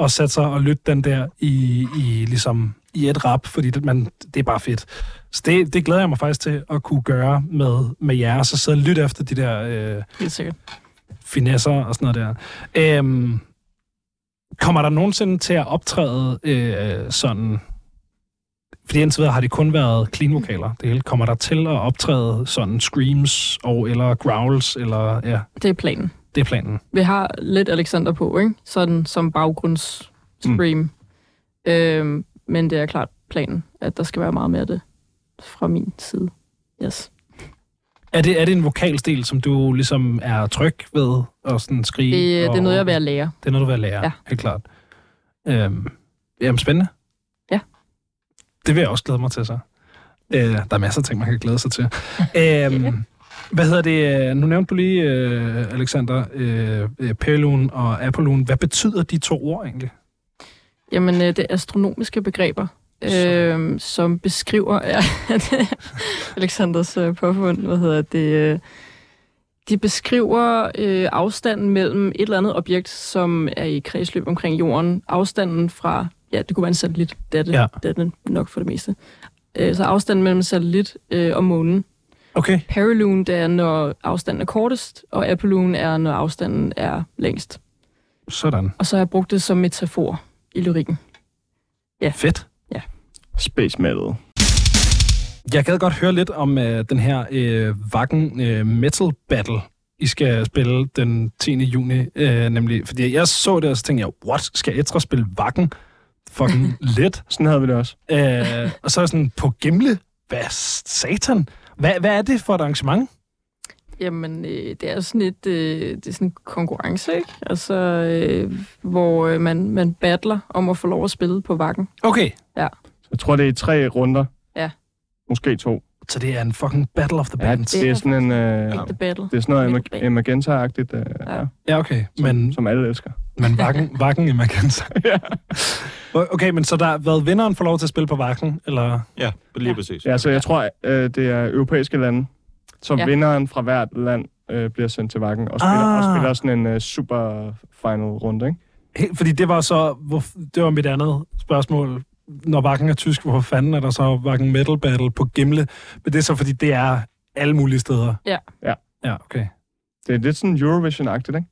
at sætte sig og lytte den der i, i, ligesom, i et rap, fordi det, man, det er bare fedt. Så det, det glæder jeg mig faktisk til at kunne gøre med, med jer, så sidde og lytte efter de der... Øh, Helt sikkert. finesser og sådan noget der. Øhm, kommer der nogensinde til at optræde øh, sådan... Fordi indtil videre har det kun været clean vokaler. Det hele kommer der til at optræde sådan screams og eller growls, eller ja, Det er planen. det er planen. vi har lidt Alexander på, ikke? Sådan som baggrundsstream. Mm. Øhm, men det er klart planen, at der skal være meget mere af det fra min side. Yes. Er det, er det en vokalstil, som du ligesom er tryg ved at sådan skrige? Det, og, det er noget, jeg vil lære. Det er noget, du vil lære, ja. Ja. helt klart. Øhm, jamen, spændende. Ja. Det vil jeg også glæde mig til, så. Øh, der er masser af ting, man kan glæde sig til. øhm, hvad hedder det? øh, Nu nævnte du lige, øh, Alexander, øh, øh, Perlun og Apollon. Hvad betyder de to ord egentlig? Jamen, øh, det er astronomiske begreber, Så. øhm, som beskriver ja, Alexanders øh, påfund. Hvad hedder det? Øh, de beskriver øh, afstanden mellem et eller andet objekt, som er i kredsløb omkring jorden. Afstanden fra, ja, det kunne være en satellit, det er det, Ja. ja. det, er det nok for det meste. Øh, så afstanden mellem satellit øh, og månen. Okay. Paraloon, det er, når afstanden er kortest, og apolloon er, når afstanden er længst. Sådan. Og så har jeg brugt det som metafor i lyrikken. Fedt. Space metal. Jeg gad godt høre lidt om øh, den her øh, Vakken øh, Metal Battle, I skal spille den 10. juni, øh, nemlig. Fordi jeg så det, og så tænkte jeg, what, skal Etra spille Vakken? Fucking lidt. Sådan havde vi det også. Øh, og så er jeg sådan, på Gimle? Hvad satan? Hvad, hvad er det for et arrangement? Jamen, øh, det er jo sådan et, øh, det er sådan en konkurrence, ikke? Altså, øh, hvor øh, man, man battler om at få lov at spille på vakken. Okay. Jeg tror, det er i tre runder. Ja. Måske to. Så det er en fucking battle of the Ja, bands. det er sådan en... Øh, Ja. Ikke the battle. det er sådan noget Metal. Emer- Emergenta-agtigt, øh, Ja. ja. Ja, okay. som, Men, som alle elsker. men vakken, vakken i man kan sige. Okay, men så der har været vinderen får lov til at spille på vagten, eller... Ja, lige ja. præcis. Ja, så jeg tror, øh, det er europæiske lande, så Ja. ja. vinderen fra hvert land øh, bliver sendt til Vakken og spiller, ah. Ah. og spiller sådan en øh, super final runde, ikke? Helt, fordi det var så... Hvor, det var mit andet spørgsmål. Når Vakken er tysk, hvor fanden er der så Vakken Metal Battle på Gimle? Men det er så, fordi det er alle mulige steder. Ja. Ja. Ja, okay. Det er lidt sådan Eurovision-agtigt, ikke?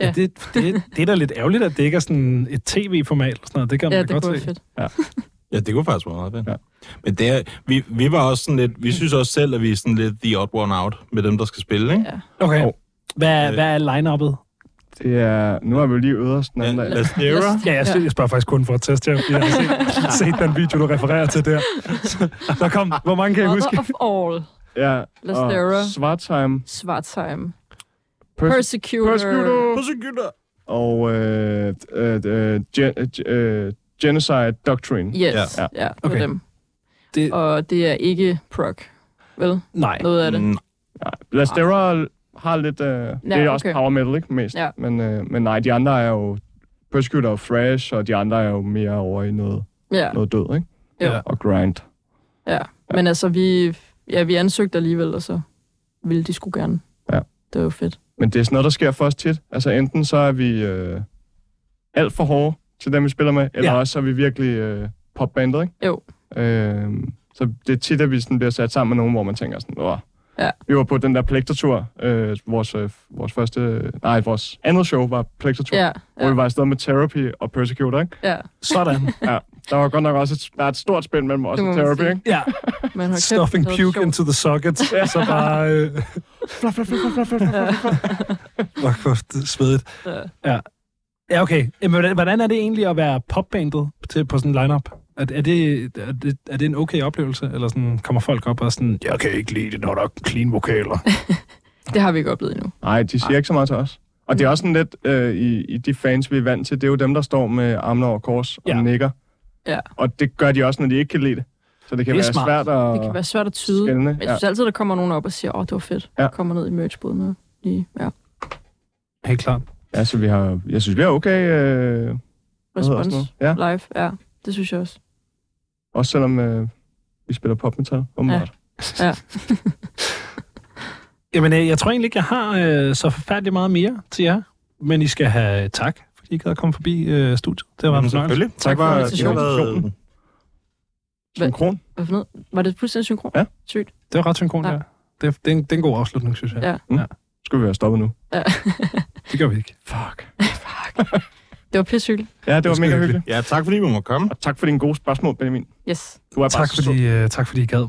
Ja. Ja. Ja, det, det, det er da lidt ærgerligt, at det ikke er sådan et tv-format eller sådan noget. Det kan Ja, man det da godt kunne være se. fedt. Ja, det kunne faktisk være meget fedt. Ja. Ja. Men det er, vi, vi var også sådan lidt, vi synes også selv, at vi er sådan lidt the odd one out med dem, der skal spille, ikke? Okay. Og- Hvad, Øh. hvad er line-uppet? Det er... Nu har vi jo lige øverst den anden Ja, dag. Lad os nævre. Yes. Ja, jeg, ja. jeg spørger faktisk kun for at teste jer. Jeg har set, set den video, du refererer til der. Så kom, hvor mange kan jeg Mother huske? of all. Ja, Lestera. Svartime, Svartheim. Pers- Persecutor. Persecutor Prosecutor. og øh, øh, øh, gen- øh, gen- øh, Genocide Doctrine. Yes, ja, Ja. ja det var Okay. dem. Det- Og det er ikke prog, vel? Nej. Noget af det. Mm, Lestera har lidt... Øh, ja, det er også okay. power metal, ikke? Mest. Ja. Men, øh, men nej, de andre er jo... Persecutor og Fresh, og de andre er jo mere over i noget, Ja, noget død, ikke? Jo. Ja. Og grind. ja. Men altså, vi, ja, vi ansøgte alligevel, og så ville de skulle gerne. Ja. Det var jo fedt. Men det er sådan noget, der sker for os tit. Altså enten så er vi øh, alt for hårde til dem, vi spiller med, eller Ja. ja. også så er vi virkelig øh, popbandet, ikke? Jo. Øh, så det er tit, at vi sådan bliver sat sammen med nogen, hvor man tænker sådan, Åh, Ja. vi var på den der plektertur. Øh, vores, øh, vores første, nej, vores andet show var plektertur, Ja, hvor vi ja, var afsted med Therapy og Persecutor, ikke? ja. Sådan. Der var godt nok også et, der er et stort spil mellem os Det må og man Therapy, sige. ikke? Ja, Men hold kæft, stuffing det var puke sjovt. into the socket. Så bare... Øh... Flap, flap, flap, flap, flap, flap. Ja, Hvor hvor det er svedigt. ja. Ja, okay. Jamen, hvordan- hvordan er det egentlig at være popbandet til, på sådan en lineup? Er, er, det, er, det, er det en okay oplevelse? Eller sådan, kommer folk op og sådan, jeg kan ikke lide det, når der er clean vokaler. Det har vi ikke oplevet endnu. Nej, de siger ikke så meget til os. Og det er også sådan lidt, øh, i, i de fans, vi er vant til, det er jo dem, der står med armene over kors og Ja. ja. nikker. Ja. Og det gør de også, når de ikke kan lide det. Så det kan Det er være smart. svært at Det kan være svært at tyde. skelne. Men jeg Ja. synes altid, der kommer nogen op og siger, åh, det var fedt. Ja. Kommer ned i merchboden og lige, ja, Helt klart. ja, så vi har, jeg synes, vi har okay øh, hvad hedder respons sådan noget? Ja, live. Ja, det synes jeg også. også selvom øh, vi spiller popmetal, åbenbart. Jamen, øh, jeg tror egentlig ikke, jeg har øh, så forfærdeligt meget mere til jer. Men I skal have øh, tak, fordi I gad at komme forbi øh, studiet. Det var en Jamen, fornøjelse. selvfølgelig. Tak for for Det har invitationen. været, Ja. Synkron. Hvad for noget? Var det fuldstændig synkron? Ja. Sygt. Det var ret synkron, Ja. ja. Det, det, er en, det er en god afslutning, synes jeg. Ja. Skal vi være stoppet nu? Ja. Det gør vi ikke. Fuck. Fuck. det var pissehyggeligt. Ja, det var sgu mega hyggeligt. hyggeligt. ja, tak fordi vi må komme. Og tak for dine gode spørgsmål, Benjamin. Yes. Du er bare Tak så... fordi, øh, tak fordi I gad.